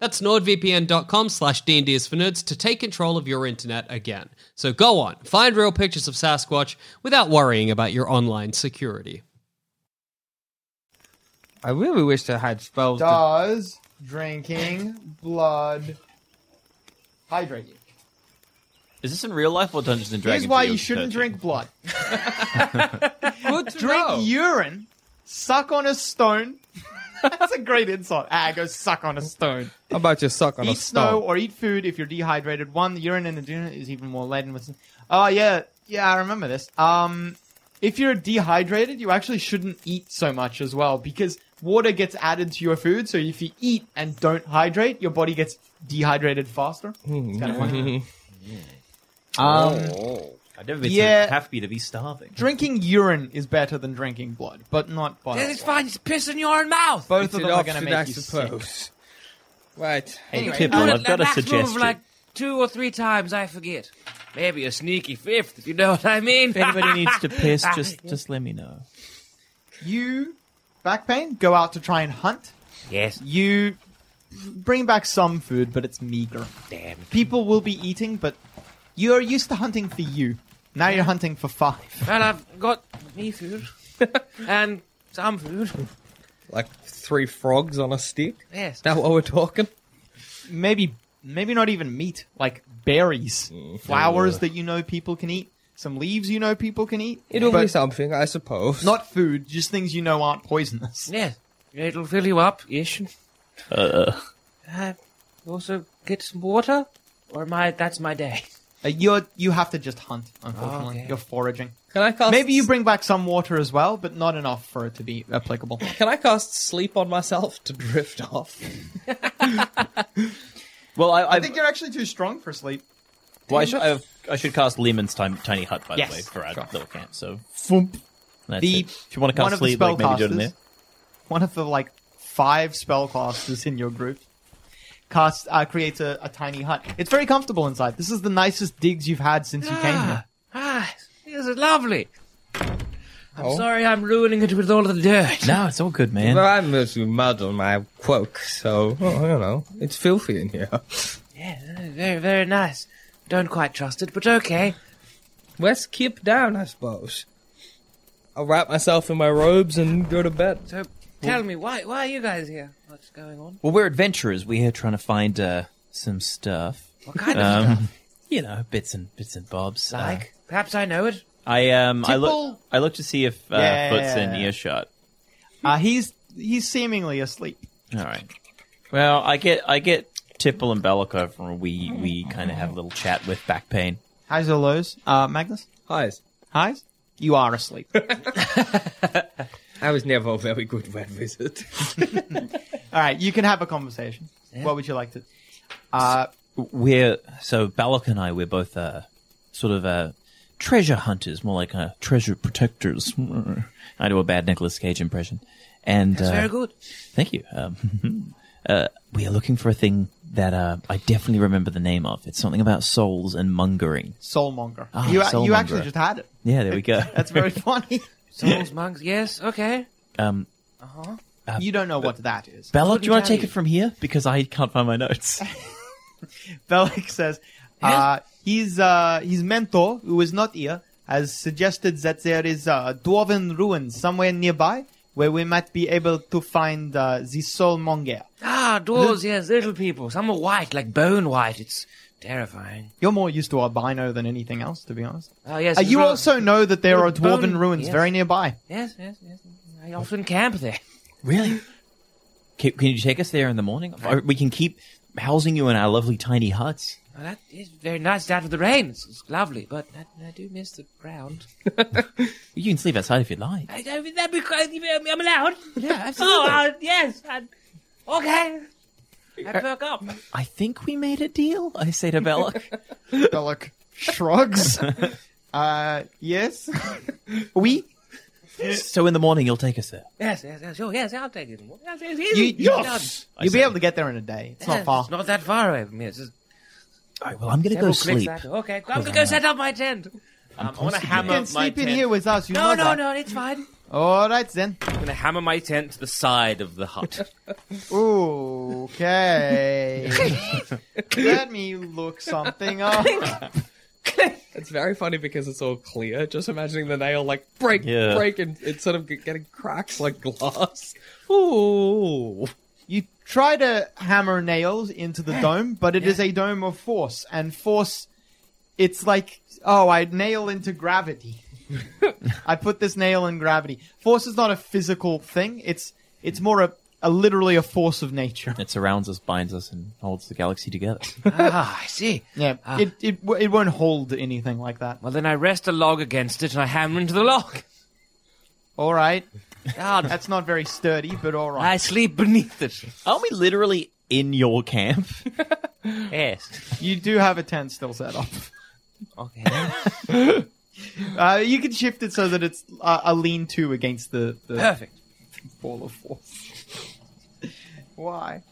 S2: That's nordvpn.com slash D&D is for nerds to take control of your internet again. So go on, find real pictures of Sasquatch without worrying about your online security.
S5: I really wish I had spells.
S3: (laughs)
S5: to-
S3: Does drinking blood hydrate you?
S4: Is this in real life or Dungeons and Dragons?
S3: Here's why
S4: video
S3: you shouldn't
S4: version?
S3: drink blood.
S5: Good to
S3: drink
S5: know.
S3: urine, suck on a stone. (laughs) That's a great insult. Ah, go suck on a stone.
S5: How about you suck on a
S3: eat snow
S5: stone?
S3: or eat food if you're dehydrated. One, the urine in the urine is even more laden with. Oh yeah, yeah, I remember this. Um, if you're dehydrated, you actually shouldn't eat so much as well because water gets added to your food. So if you eat and don't hydrate, your body gets dehydrated faster. It's kind of funny. Um,
S4: I'd never been
S3: Yeah.
S4: so happy to be starving.
S3: drinking urine is better than drinking blood, but not bottled
S6: Then it's
S3: water.
S6: fine. It's piss in your own mouth.
S3: Both of
S5: It's an
S3: them are going to
S5: option,
S3: make
S5: I
S3: you
S5: suppose.
S3: sick.
S5: Right.
S3: Anyway,
S4: Tipple,
S6: Do it
S4: I've got
S6: a
S4: a
S6: maximum of
S4: suggestion.
S6: like two or three times. I forget. Maybe a sneaky fifth, if you know (laughs) what I mean.
S4: If anybody needs to piss, just just let
S3: (laughs)
S4: me know.
S3: You, back pain, go out to try and hunt.
S6: (laughs) yes,
S3: You bring back some food, but it's meager.
S6: damn. it.
S3: People will be eating, but you're used to hunting for you. Now you're hunting for five. (laughs)
S6: Well, I've got me (laughs) food and some food.
S5: Like three frogs on a stick?
S6: Yes.
S5: Is that what we're talking?
S3: Maybe, maybe not even meat, like berries,
S2: Mm.
S3: flowers that you know people can eat, some leaves you know people can eat.
S5: It'll be
S3: but
S5: something, I suppose.
S3: not food, just things you know aren't poisonous.
S6: Yes. It'll fill you up, ish. Uh, also get some water, or my that's my day.
S3: Uh, you you have to just hunt. Unfortunately,
S6: Okay.
S3: you're foraging.
S2: Can I cast?
S3: Maybe you bring back some water as well, but not enough for it to be applicable.
S2: Can I cast sleep on myself to drift off?
S4: Well, I,
S3: I
S4: I've-
S3: think you're actually too strong for sleep.
S4: well, I, should, I've, I should cast Lehman's time, tiny hut by
S3: Yes,
S4: the way for our
S3: sure.
S4: little camp. So
S3: Foomp.
S4: that's
S3: The-
S4: it. if you want to
S3: One
S4: cast
S3: of the
S4: sleep, like maybe do it in
S3: spellcasters,
S4: there.
S3: one of the like five spellcasters in your group, casts uh, creates a, a tiny hut. It's very comfortable inside. This is the nicest digs you've had since you came here.
S6: Ah, ah, this is lovely. I'm
S4: Oh.
S6: sorry, I'm ruining it with all of the dirt.
S4: No, it's all good, man.
S5: Well, I'm just mud on my cloak, so well, you know it's filthy in here.
S6: Yeah, very very nice. Don't quite trust it, but okay.
S5: Let's keep down, I suppose. I'll wrap myself in my robes and go to bed.
S6: So tell me, why why are you guys here? What's going on?
S4: Well, we're adventurers. We're here trying to find uh, some stuff.
S6: What kind of
S4: Um,
S6: stuff?
S4: (laughs) You know, bits and bits and bobs. Uh,
S6: Like, perhaps I know it.
S4: I um, I look,
S3: Tipple.
S4: I look to see if uh,
S3: Yeah.
S4: Foot's in earshot.
S3: Uh, he's he's seemingly asleep.
S4: All right. Well, I get, I get Tipple and Bellico from a wee, we kind of have a little chat with back pain.
S3: Highs or lows, uh, Magnus?
S5: Highs.
S3: Highs. You are asleep.
S5: I was never a very good red wizard.
S3: All right, you can have a conversation. What would you like to? Uh,
S4: We're so Balak and I, we're both uh, sort of uh, treasure hunters, more like uh, treasure protectors. (laughs) I do a bad Nicolas Cage impression, and
S6: It's
S4: uh,
S6: very good.
S4: Thank you. Um, (laughs) uh, we are looking for a thing that uh, I definitely remember the name of. It's something about souls and mongering.
S3: soulmonger.
S4: Ah,
S3: you you
S4: soulmonger.
S3: actually just had it.
S4: Yeah, there we go.
S3: That's very funny.
S6: Souls, monks, yes, okay.
S4: Um,
S3: you don't know what that is.
S4: Bella, do you want
S6: tell
S4: to take
S6: you.
S4: it from here? Because I can't find my notes.
S3: Bellic says, uh, his, uh, his mentor, who is not here, has suggested that there is a dwarven ruin somewhere nearby where we might be able to find uh, the soulmonger.
S6: Ah, dwarves, yes, little people. Some are white, like bone white. It's terrifying.
S3: You're more used to albino than anything else, to be honest.
S6: Oh, yes.
S3: Uh,
S6: it's
S3: you
S6: rather-
S3: also know that there
S6: Well,
S3: (laughs) are dwarven
S6: bone-
S3: ruins
S6: yes.
S3: very nearby.
S6: Yes, yes, yes. I often camp there.
S4: really? Can, can you take us there in the morning? Or we can keep housing you in our lovely tiny huts.
S6: Well, that is very nice out of the rain. It's, it's lovely, but I, I do miss the ground.
S4: You can sleep outside if you'd like.
S6: I, I mean, that'd be quite, I'm allowed. (laughs)
S4: Yeah,
S6: Oh, uh, yes. i okay. I perk up.
S4: I think we made a deal. I say to (laughs) Bella.
S3: Bellic (laughs) shrugs. uh, yes? we?
S4: so in the morning you'll take us there.
S6: Yes, yes, yes. Sure, yes, I'll take it. Yes, yes,
S3: (laughs) You,
S6: yes.
S3: you'll,
S4: I
S3: you'll be
S4: say.
S3: able to get there in a day. It's
S6: Yes,
S3: not far.
S6: It's not that far away from here. It's just
S4: All right. Well, I'm gonna go
S6: several
S4: sleep.
S6: clicks. Out. Okay, I'm gonna go set up my tent. Um, I want to
S3: you
S6: hammer
S3: can
S6: my
S3: sleep in
S6: tent.
S3: here with us. You
S6: no,
S3: know
S6: no,
S3: that.
S6: no, it's fine.
S3: All right, then.
S6: I'm gonna hammer my tent to the side of the hut.
S3: Okay. Let me look something up.
S5: It's very funny because it's all clear. Just imagining the nail like break,
S4: Yeah.
S5: break, and it's sort of g- getting cracks like glass. Ooh.
S3: You try to hammer nails into the dome, but it is a dome of force, and force. It's like oh, I nail into gravity. I put this nail in gravity. Force is not a physical thing. It's it's more a, a literally a force of nature.
S4: It surrounds us, binds us, and holds the galaxy together. (laughs)
S6: ah, I see.
S3: Yeah, it it w- it won't hold anything like that.
S6: Well, then I rest a log against it and I hammer into the log.
S3: All right,
S6: Ah,
S3: that's not very sturdy, but all right.
S6: (laughs) I sleep beneath it.
S4: Aren't we literally in your camp? (laughs)
S6: Yes.
S3: You do have a tent still set up.
S6: Okay.
S3: (laughs) Uh, you can shift it so that it's uh, a lean-to against the, the
S6: Perfect.
S3: ball of force. (laughs) Why?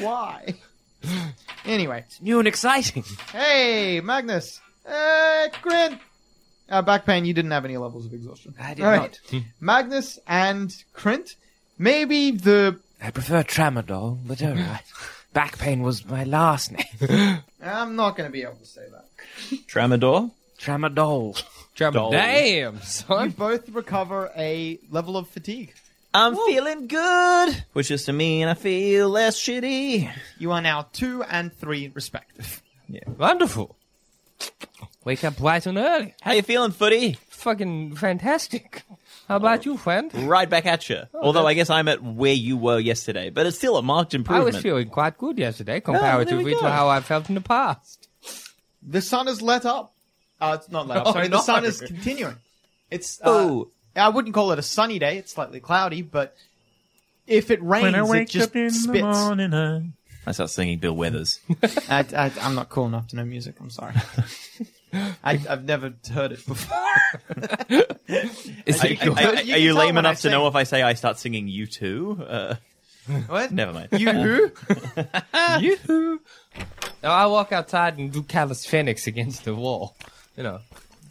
S3: Why? Anyway,
S6: New and exciting.
S3: hey Magnus, hey Grin. Uh, back pain. You didn't have any levels of exhaustion.
S6: I did
S3: All
S6: not.
S3: Magnus and Krint. Maybe the
S6: I prefer tramadol, but all right. Back pain was my last name.
S3: I'm not going to be able to say that.
S4: Tramador?
S6: Tramadol.
S5: Damn, son.
S3: You both recover a level of fatigue.
S4: I'm feeling good, which is to mean I feel less shitty.
S3: You are now two and three, respective.
S5: Wonderful. Wake up bright and early.
S4: How you feeling, footy?
S5: Fucking fantastic. How about you, friend?
S4: Right back at you. Although I guess I'm at where you were yesterday, but it's still a marked
S5: I
S4: improvement.
S5: was feeling quite good yesterday,
S4: we
S5: comparatively
S4: go.
S5: to how I felt in the past.
S3: The sun has let up. Uh, it's not let up.
S5: (laughs) Oh,
S3: sorry,
S5: no.
S3: the sun is continuing. It's uh,
S4: Oh.
S3: I wouldn't call it a sunny day. It's slightly cloudy, but if it rains, it just spits.
S4: I start singing Bill Withers.
S3: I, I, I'm not cool enough to know music. I'm
S5: (laughs)
S3: sorry. I, I've never heard it before.
S4: Are-
S3: you
S4: are-
S3: can
S4: are-
S3: tell
S4: are you lame
S3: when I
S4: enough to
S3: sing.
S4: know if I say I start singing you too? Uh, (laughs)
S3: What?
S4: never mind.
S5: (laughs)
S3: You who?
S5: Yoo-hoo. Now I walk outside and do calisthenics against the wall. You know,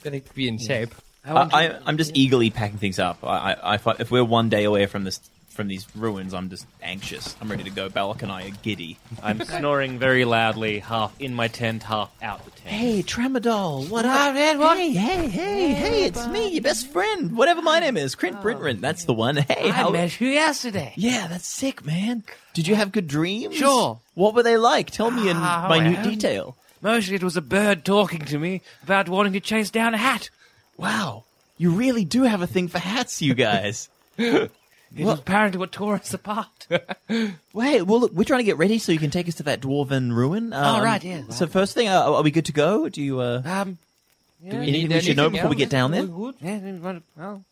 S5: gotta be in shape.
S4: Uh, I, I, I'm just eagerly packing things up. I, I, I, fi- if we're one day away from this, from these ruins, I'm just anxious. I'm ready to go. Balak and I are giddy.
S6: I'm snoring very loudly, half in my tent, half out the tent.
S4: Hey, Tremadol, what up, Edward? Hey, hey, hey, hey, it's me, your best friend. Whatever my name is, Crint Brintrin, that's the one. Hey,
S6: I met you yesterday.
S4: Yeah, that's sick, man. Did you have good dreams?
S6: Sure.
S4: What were they like? Tell me in
S6: Ah,
S4: minute
S6: well.
S4: detail.
S6: Mostly it was a bird talking to me about wanting to chase down a hat.
S4: Wow, you really do have a thing for hats, you guys.
S6: It was apparently what tore us (laughs) apart.
S4: Wait, well, look, we're trying to get ready so you can take us to that dwarven ruin. Um,
S6: right, yeah.
S4: So first thing, uh, are we good to go? Do you? Uh,
S6: Um, yeah,
S4: we anything we should know
S5: anything
S4: before we get
S5: else?
S4: down there?
S5: We good?
S6: yeah, then, well, well,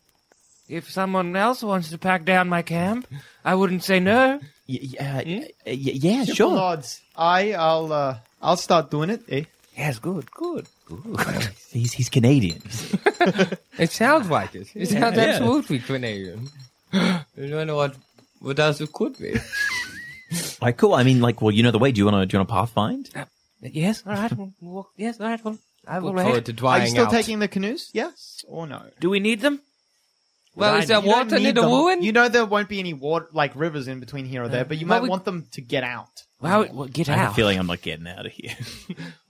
S6: if someone else wants to pack down my camp, I wouldn't say no.
S4: Y- yeah, y- y- yeah, sure.
S3: Odds. I, I'll, uh, I'll start doing it. Eh?
S6: Yes, good, good.
S4: He's he's Canadian.
S5: It sounds like it. It sounds
S4: Yeah.
S5: absolutely Canadian. (gasps) you don't know what, what else it could be.
S4: All right, cool. I mean, like, well, you know the way. Do you want to do you want to pathfind?
S6: Yes, all right. We'll walk. Yes, all right. Well, I will
S5: Look
S6: wait.
S5: forward to
S3: Are you
S5: Oh, drying
S3: still
S5: out.
S3: taking the canoes? Yes or no?
S6: Do we need them?
S5: well, is there
S3: You don't
S5: water
S3: need
S5: near the
S3: them.
S5: ruin?
S3: You know there won't be any water, like rivers in between here or there, but you
S5: well,
S3: might
S5: we-
S3: want them to get out.
S6: Well, well get
S4: I have a
S6: out.
S4: feeling I'm not getting out of here.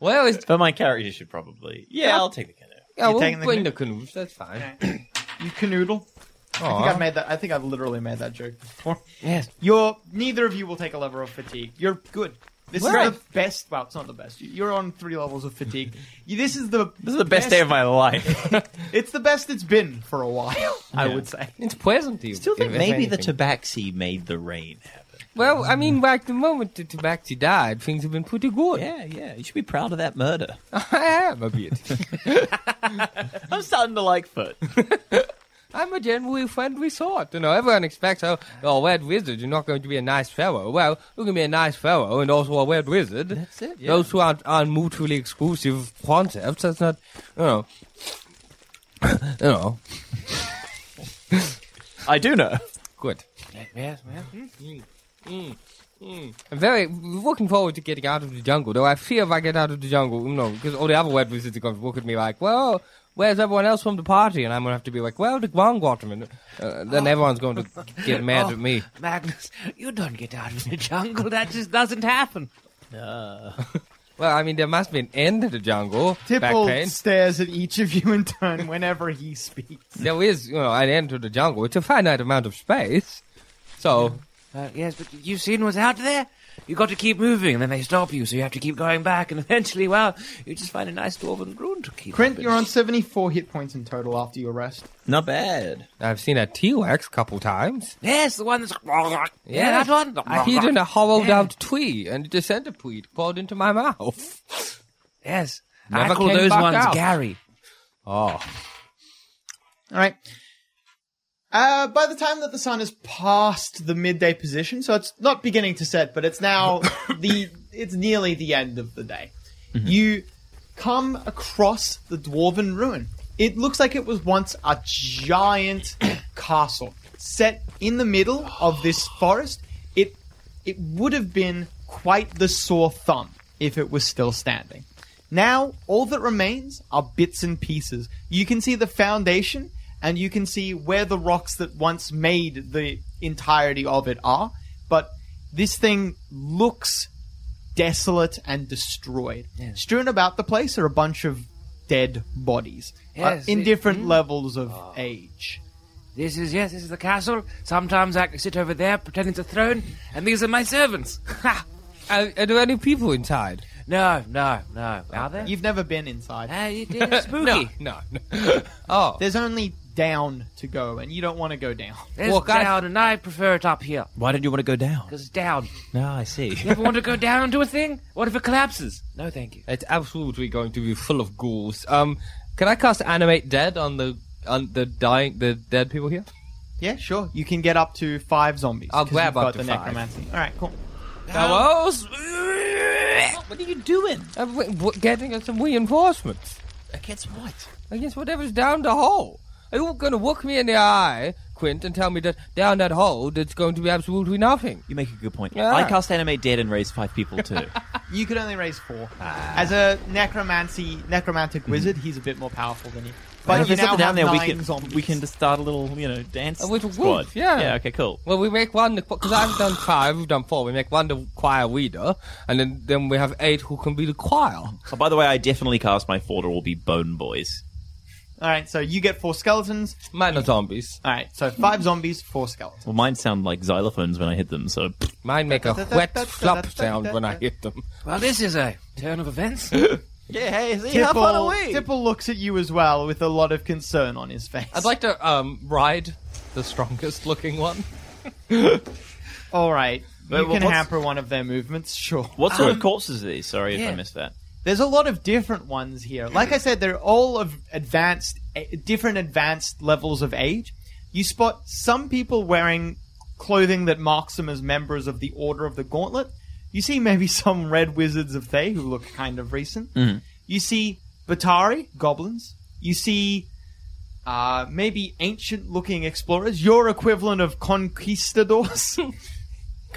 S5: Well, it's,
S4: but my character should probably. Yeah, I'll take the canoe.
S5: yeah, we'll
S3: taking the
S5: bring the canoes. That's fine.
S3: You canoodle. I think
S5: Aw.
S3: I've made that. I think I've literally made that joke before.
S6: Yes.
S3: You're neither of you will take a level of fatigue. You're good. This
S5: Right.
S3: is the best. Well, it's not the best. You- You're on three levels of fatigue. You- This is the.
S4: This is the best day of my life.
S3: It's the best it's been for a while. I would say.
S5: It's pleasant to you.
S4: Still think
S5: if
S4: maybe the
S5: anything.
S4: Tabaxi made the rain happen.
S5: Well, I mean, back the moment the Tabaxi died, things have been pretty good.
S4: Yeah, yeah. You should be proud of that murder.
S5: (laughs) I am a bit.
S4: I'm starting to like Foot.
S5: I'm a generally friendly sort. You know, everyone expects, oh, oh, Red Wizard, you're not going to be a nice fellow. Well, you're going to be a nice fellow and also a Red Wizard. That's
S4: it,
S5: Those who aren't, aren't mutually exclusive concepts, that's not, you know. (coughs) you know,
S4: I do know.
S5: good.
S6: Yes, well.
S5: I'm very looking forward to getting out of the jungle, though I fear if I get out of the jungle, you know, because all the other Red Wizards are going to look at me like, well, where's everyone else from the party? And I'm going to have to be like, well, the Grand Waterman. Uh, then everyone's going to get mad at me.
S6: Magnus, you don't get out of the jungle. That just doesn't happen.
S5: Well, I mean, there must be an end to the jungle. back
S3: Tipple
S5: pain.
S3: stares at each of you in turn whenever he speaks.
S5: There is, you know, an end to the jungle. It's a finite amount of space. So,
S6: Uh, yes, but you've seen what's out there. You got to keep moving, and then they stop you, so you have to keep going back, and (laughs) eventually, well, you just find a nice dwarven ruin to keep.
S3: Crint,
S6: up in.
S3: you're on seventy-four hit points in total after your rest.
S4: Not bad.
S5: I've seen a T-Rex couple times.
S6: Yes, the one that's yeah, that one.
S5: I hid in a hollowed out tree, and the centipede crawled into my mouth.
S6: (laughs) Yes,
S5: Never
S6: I call
S5: came
S6: those
S5: back
S6: ones
S5: out.
S6: Gary.
S5: Oh,
S3: All right. Uh, by the time that the sun is past the midday position, so it's not beginning to set, but it's now the it's nearly the end of the day. You come across the dwarven ruin. It looks like it was once a giant castle set in the middle of this forest. It it would have been quite the sore thumb if it was still standing. Now, all that remains are bits and pieces. You can see the foundation, and you can see where the rocks that once made the entirety of it are, but this thing looks desolate and destroyed. Strewn about the place are a bunch of dead bodies uh,
S6: Yes,
S3: in
S6: it-
S3: different levels of
S5: Ah.
S3: age.
S6: This is yes, this is the castle. Sometimes I sit over there, pretending it's a throne, and these are my servants. (laughs) Ha!
S5: are, are there any people inside?
S6: No, no, no. Are there?
S3: You've never been inside.
S6: Ah, it-
S5: (laughs)
S6: it's spooky.
S5: No, no. Oh,
S3: There's only down to go, and you don't want to go down. (laughs)
S6: It's
S5: Well, guys-
S6: down, and I prefer it up here
S4: Why did you want to go down?
S6: because it's down.
S4: No, I see.
S6: You ever want to go down into a thing? What if it collapses? No, thank you.
S5: it's absolutely going to be full of ghouls. Um, can I cast animate dead on the on the dying the dead people here?
S3: Yeah, sure. You can get up to five zombies.
S5: I'll
S3: 'cause
S5: grab
S3: you've
S5: up
S3: got
S5: to
S3: the
S5: five.
S3: necromancy. All right, cool.
S5: Hellos?
S4: What are you doing?
S5: I'm w- w- getting some reinforcements
S4: Against what?
S5: against whatever's down the hole. Are you going to look me in the eye, Quint, and tell me that down that hole there's going to be absolutely nothing?
S4: You make a good point.
S5: Yeah.
S4: I cast animate dead and raise five people too.
S3: You could only raise four. As a necromancy, necromantic wizard, he's a bit more powerful than you. But
S4: Mhm. if
S3: you
S4: there's
S3: now
S4: something down
S3: have
S4: there, we
S3: nine
S4: can
S3: zombies.
S4: we can just start a little you know dance
S5: A little
S4: squad.
S5: group, yeah.
S4: Yeah. Okay. Cool.
S5: Well, we make one because I've done five, we've done four. We make one the choir leader, and then then we have eight who can be the choir.
S4: Oh, by the way, I definitely cast my four to all be bone boys.
S3: All right, so you get four skeletons.
S5: Mine are zombies.
S3: All right, so
S4: Mm-hmm.
S3: five zombies, four skeletons.
S4: Well, mine sound like xylophones when I hit them. So (laughs)
S5: Mine make a wet flop sound when I hit them.
S6: Well, this is a turn of events.
S4: yeah. Hey, see,
S3: Tipple, Tipple looks at you as well with a lot of concern on his face.
S5: I'd like to um, ride the strongest looking one.
S3: All right, you
S4: Wait,
S3: can
S4: what's-
S3: hamper one of their movements, sure.
S4: What sort of corpses are these? Sorry if
S6: yeah.
S4: I missed that.
S3: There's a lot of different ones here. Like I said, they're all of advanced, eh, different advanced levels of age. You spot some people wearing clothing that marks them as members of the Order of the Gauntlet. You see maybe (laughs) some red wizards of Thay who look kind of recent.
S5: Mm.
S3: You see Batari, goblins. You see uh, maybe ancient looking explorers, your equivalent of
S5: (laughs)
S3: conquistadors.
S5: Can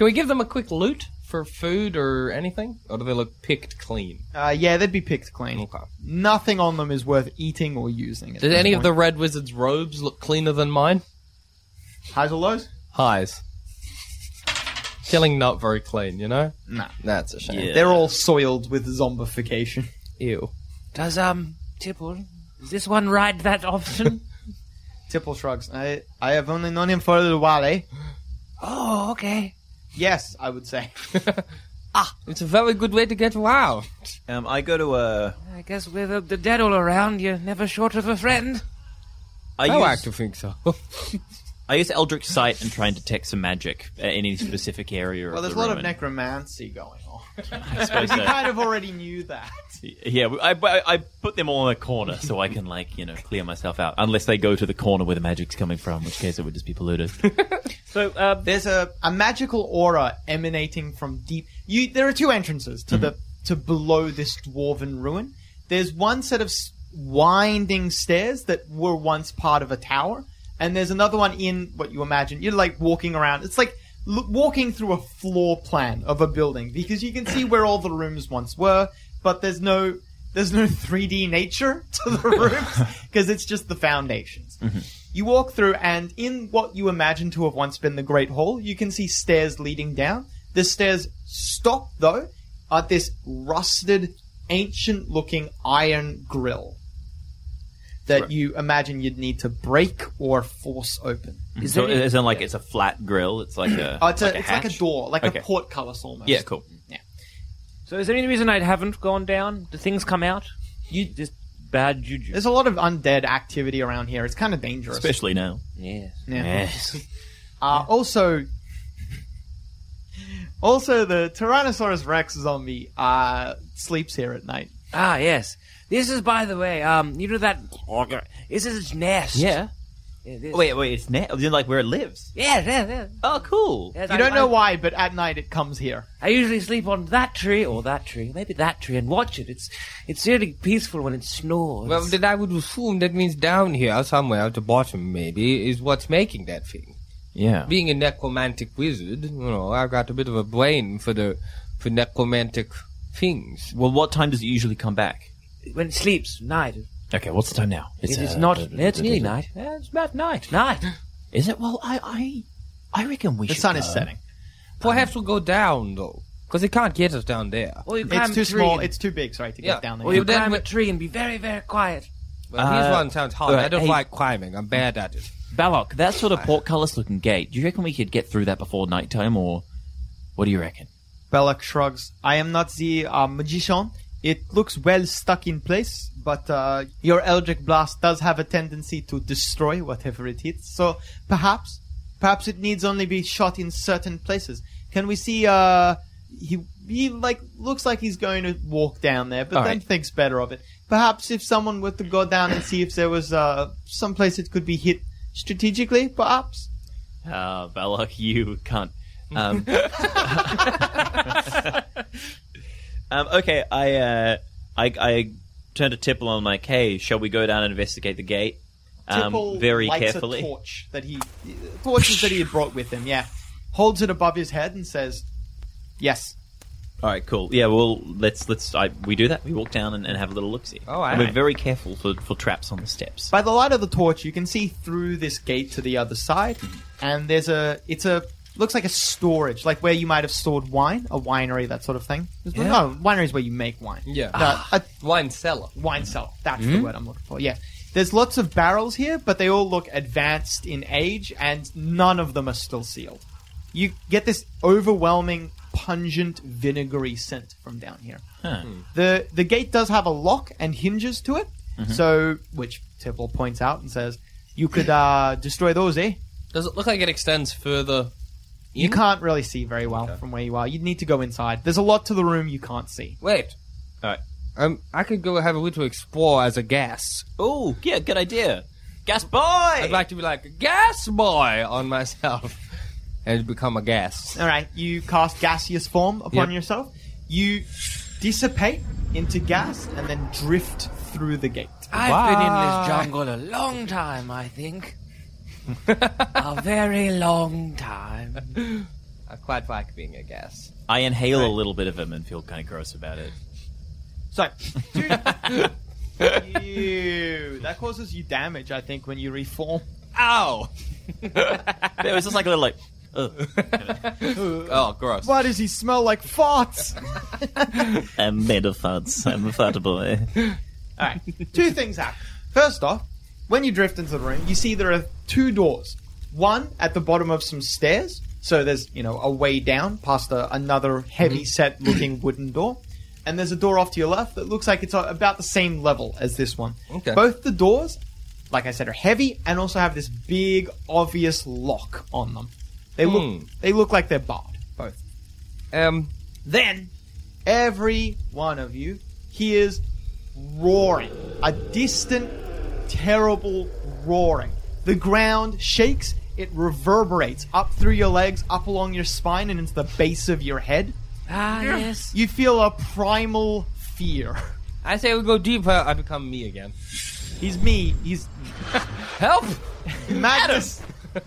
S5: we give them a quick loot for food or anything? Or do they look picked clean?
S3: uh, yeah, they'd be picked clean. Nothing on them is worth eating or using. at
S5: Did
S3: this
S5: any of
S3: point.
S5: the Red Wizard's robes look cleaner than mine?
S3: highs or lows?
S5: Highs. Killing not very clean, you know?
S3: No.
S5: That's a shame.
S4: Yeah.
S3: They're all soiled with zombification.
S5: Ew.
S6: Does um Tipple? Does this one ride that often?
S3: Tipple shrugs. I I have only known him for a little while, eh?
S6: (laughs) oh, okay.
S3: Yes, I would say.
S5: It's a very good way to get wow.
S4: Um, I go to a.
S6: I guess with uh, the dead all around, you're never short of a friend.
S4: I
S5: I like
S4: use
S5: to think so.
S4: I use Eldritch Sight and try and detect some magic at any specific area.
S3: Well,
S4: of
S3: there's a
S4: the
S3: lot
S4: room
S3: of
S4: and-
S3: necromancy going on.
S4: I
S3: (laughs)
S4: suppose
S3: You
S4: so.
S3: kind of already knew that.
S4: Yeah, I, I, I put them all in a corner so I can, like, you know, clear myself out. Unless they go to the corner where the magic's coming from, in which case it would just be
S3: (laughs)
S4: polluted. so, uh,
S3: There's a, a magical aura emanating from deep. You there are two entrances to the to below this dwarven ruin. There's one set of s- winding stairs that were once part of a tower, and there's another one in what you imagine. You're like walking around. It's like l- walking through a floor plan of a building because you can see where all the rooms once were, but there's no there's no 3D nature to the rooms because it's just the foundations. You walk through, and in what you imagine to have once been the Great Hall, you can see stairs leading down. The stairs stop, though, at this rusted, ancient looking iron grill that you imagine you'd need to break or force open.
S4: so it isn't like it's a flat grill, it's like a.
S3: Oh, it's,
S4: like
S3: a, it's like a
S4: hatch?
S3: door, like
S4: Okay.
S3: a portcullis almost.
S4: Yeah, cool.
S6: So, is there any reason I haven't gone down? Do things come out?
S4: You just bad juju.
S3: There's a lot of undead activity around here. It's kind of dangerous.
S4: Especially now.
S6: Yes.
S3: Yeah. (laughs)
S4: Yes. (laughs)
S3: Uh, also, (laughs) also the Tyrannosaurus Rex zombie uh, sleeps here at night.
S6: Ah, yes. This is, by the way, um, you know that. This is its nest.
S4: yeah.
S6: Yeah, this-
S4: Wait, wait, it's net? Like where it lives?
S6: Yeah, yeah, yeah.
S4: Oh, cool.
S6: Yes,
S3: You
S6: I-
S3: don't know
S6: I-
S3: why, but at night it comes here.
S6: I usually sleep on that tree or that tree, maybe that tree, and watch it. It's it's really peaceful when it snores.
S5: (laughs) well, then I would assume that means down here, somewhere at the bottom maybe, is what's making that thing.
S4: Yeah.
S5: Being a necromantic wizard, you know, I've got a bit of a brain for the for necromantic things.
S4: Well, what time does it usually come back?
S6: when it sleeps, night.
S4: Okay, what's the time now? uh,
S6: It is not. It's nearly night. Yeah, It's about night. Night.
S4: Is it? Well, I, I, I reckon we
S3: The
S4: should.
S3: sun is
S4: go.
S3: setting.
S5: Perhaps we'll go down though, because they can't get us down there.
S6: Or you climb
S3: It's too
S6: a tree
S3: small.
S6: and-
S3: It's too big. Sorry to
S5: Yeah.
S3: get down there.
S6: or you
S5: Well, then
S6: climb a
S5: we-
S6: tree and be very, very quiet.
S5: Well, his
S4: Uh,
S5: one sounds hard.
S4: alright,
S5: I don't
S4: hey-
S5: like climbing. I'm bad at it.
S4: Balok, that sort of portcullis looking gate, do you reckon we could get through that before nighttime, or what do you reckon?
S3: Balak shrugs. I am not the uh, magician. It looks well stuck in place, but uh, your Eldritch Blast does have a tendency to destroy whatever it hits. So perhaps, perhaps it needs only be shot in certain places. Can we see? Uh, he he like looks like he's going to walk down there, but
S2: All
S3: then
S2: right.
S3: thinks better of it. Perhaps if someone were to go down and see if there was uh, some place it could be hit strategically, perhaps.
S13: Uh, Balak, you
S4: (laughs)
S13: cunt. Um, (laughs) um, okay, I, uh, I I turned to Tipple. I'm like, hey, shall we go down and investigate the gate?
S3: Tipple
S13: Um, very
S3: lights
S13: carefully.
S3: A torch that he torches that he had brought with him. Yeah, holds it above his head and says, "Yes."
S13: All right, cool. Yeah, well, let's let's I, we do that. We walk down and, and have a little look see.
S5: Oh,
S13: and we're
S5: alright.
S13: very careful for, for traps on the steps.
S3: By the light of the torch, you can see through this gate to the other side, and there's a. It's a looks like a storage, like where you might have stored wine, a winery, that sort of thing. No, wineries where you make wine.
S5: Yeah. Ah.
S3: Uh, a
S5: Wine cellar. Hmm?
S3: wine cellar. That's the word I'm looking for. Yeah. There's lots of barrels here, but they all look advanced in age, and none of them are still sealed. You get this overwhelming, pungent, vinegary scent from down here. The the gate does have a lock and hinges to it, so which Tipple points out and says, "You could uh, destroy those, eh?"
S2: Does it look like it extends further?
S3: You can't really see very well from where you are. You'd need to go inside. There's a lot to the room you can't see.
S5: Wait.
S13: Alright.
S5: Um, I could go have a little explore as a gas.
S13: Oh, yeah, good idea. Gas boy.
S5: I'd like to be like a gas boy on myself (laughs) and become a gas.
S3: All right, you cast gaseous form upon yourself. You dissipate into gas and then drift through the gate.
S6: I've been in this jungle a long time, I think. a very long time.
S5: I quite like being a gas.
S13: I inhale a little bit of him and feel kind of gross about it.
S3: So, Ew, that causes you damage, I think, when you reform.
S5: Ow!
S13: But it was just like a little like. Ugh.
S5: Oh, gross.
S3: Why does he smell like farts?
S13: I'm made of farts. I'm a fart boy.
S3: All right, (laughs) two things happen. First off, when you drift into the room, you see there are two doors. One at the bottom of some stairs, so there's you know a way down past a, another heavy-set-looking (clears throat) wooden door, and there's a door off to your left that looks like it's uh, about the same level as this one.
S5: Okay.
S3: Both the doors, like I said, are heavy and also have this big, obvious lock on them. They look
S5: Hmm.
S3: they look like they're barred. Both.
S5: Um,
S3: Then every one of you hears roaring, a distant, terrible roaring. The ground shakes, it reverberates up through your legs, up along your spine, and into the base of your head.
S6: Ah, yes.
S3: You feel a primal fear. (laughs)
S5: I say we go deeper, I become me again.
S3: He's me, he's
S5: Help!
S3: Magnus.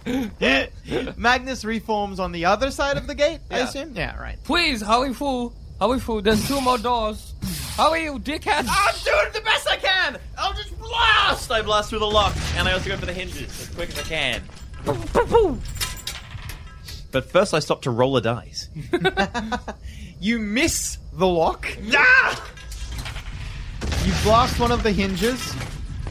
S3: (laughs) Magnus reforms on the other side of the gate, I
S5: Yeah.
S3: assume? Yeah, right.
S5: Please, hurry fool! Hurry fool, there's two more doors. Hurry, you dickhead!
S13: I'm doing the best I can. I'll just blast. I blast through the lock, and I also go for the hinges as quick as I can. But first, I stop to roll a dice.
S3: (laughs) You miss the lock. Ah! You blast one of the hinges,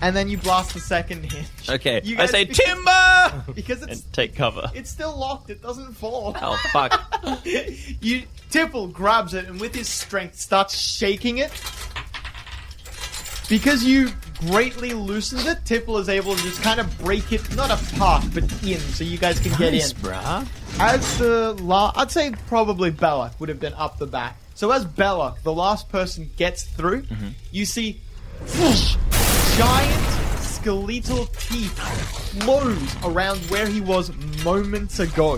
S3: and then you blast the second hinge.
S13: Okay,
S3: You
S13: I
S3: guys-
S13: say timber
S3: Because it's
S13: and take cover.
S3: it's still locked, it doesn't fall.
S13: Oh fuck!
S3: (laughs) you Tipple grabs it and with his strength starts shaking it. Because you greatly loosened it, Tipple is able to just kind of break it, not apart, but in, so you guys can get in.
S13: bruh.
S3: As the la- I'd say probably Bella would have been up the back. So as Bella, the last person gets through, you see whoosh, giant skeletal teeth close around where he was moments ago.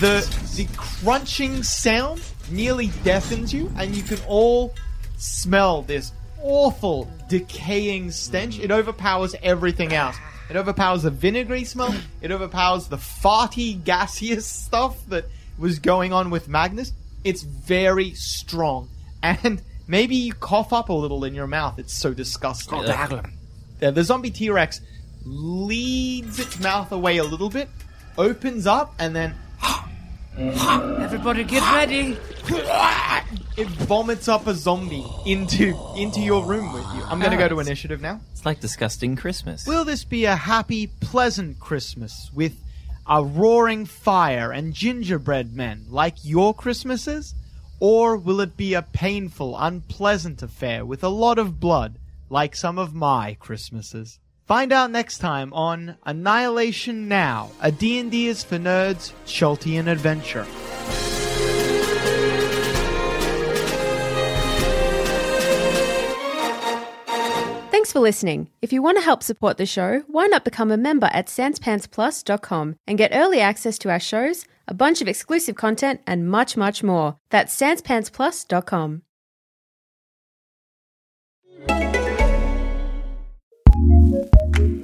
S3: The the crunching sound nearly deafens you, and you can all smell this awful decaying stench. It overpowers everything else. It overpowers the vinegary smell. It overpowers the farty gaseous stuff that was going on with Magnus. It's very strong, and maybe you cough up a little in your mouth. It's so disgusting. Uh, the zombie T Rex leads its mouth away a little bit, opens up, and then
S6: Everybody get ready.
S3: it vomits up a zombie into into your room with you. I'm going to go to initiative now.
S13: It's like disgusting Christmas.
S3: Will this be a happy, pleasant Christmas with a roaring fire and gingerbread men like your Christmases? Or will it be a painful, unpleasant affair with a lot of blood, like some of my Christmases? Find out next time on Annihilation Now, a D&D is for nerds, Schultian adventure.
S14: Thanks for listening. If you want to help support the show, why not become a member at sanspantsplus.com and get early access to our shows, a bunch of exclusive content, and much, much more. That's sanspantsplus.com.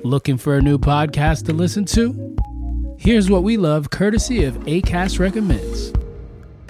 S15: Looking for a new podcast to listen to? Here's what we love courtesy of ACAST Recommends.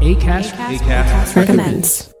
S15: ACAST,
S14: recommends.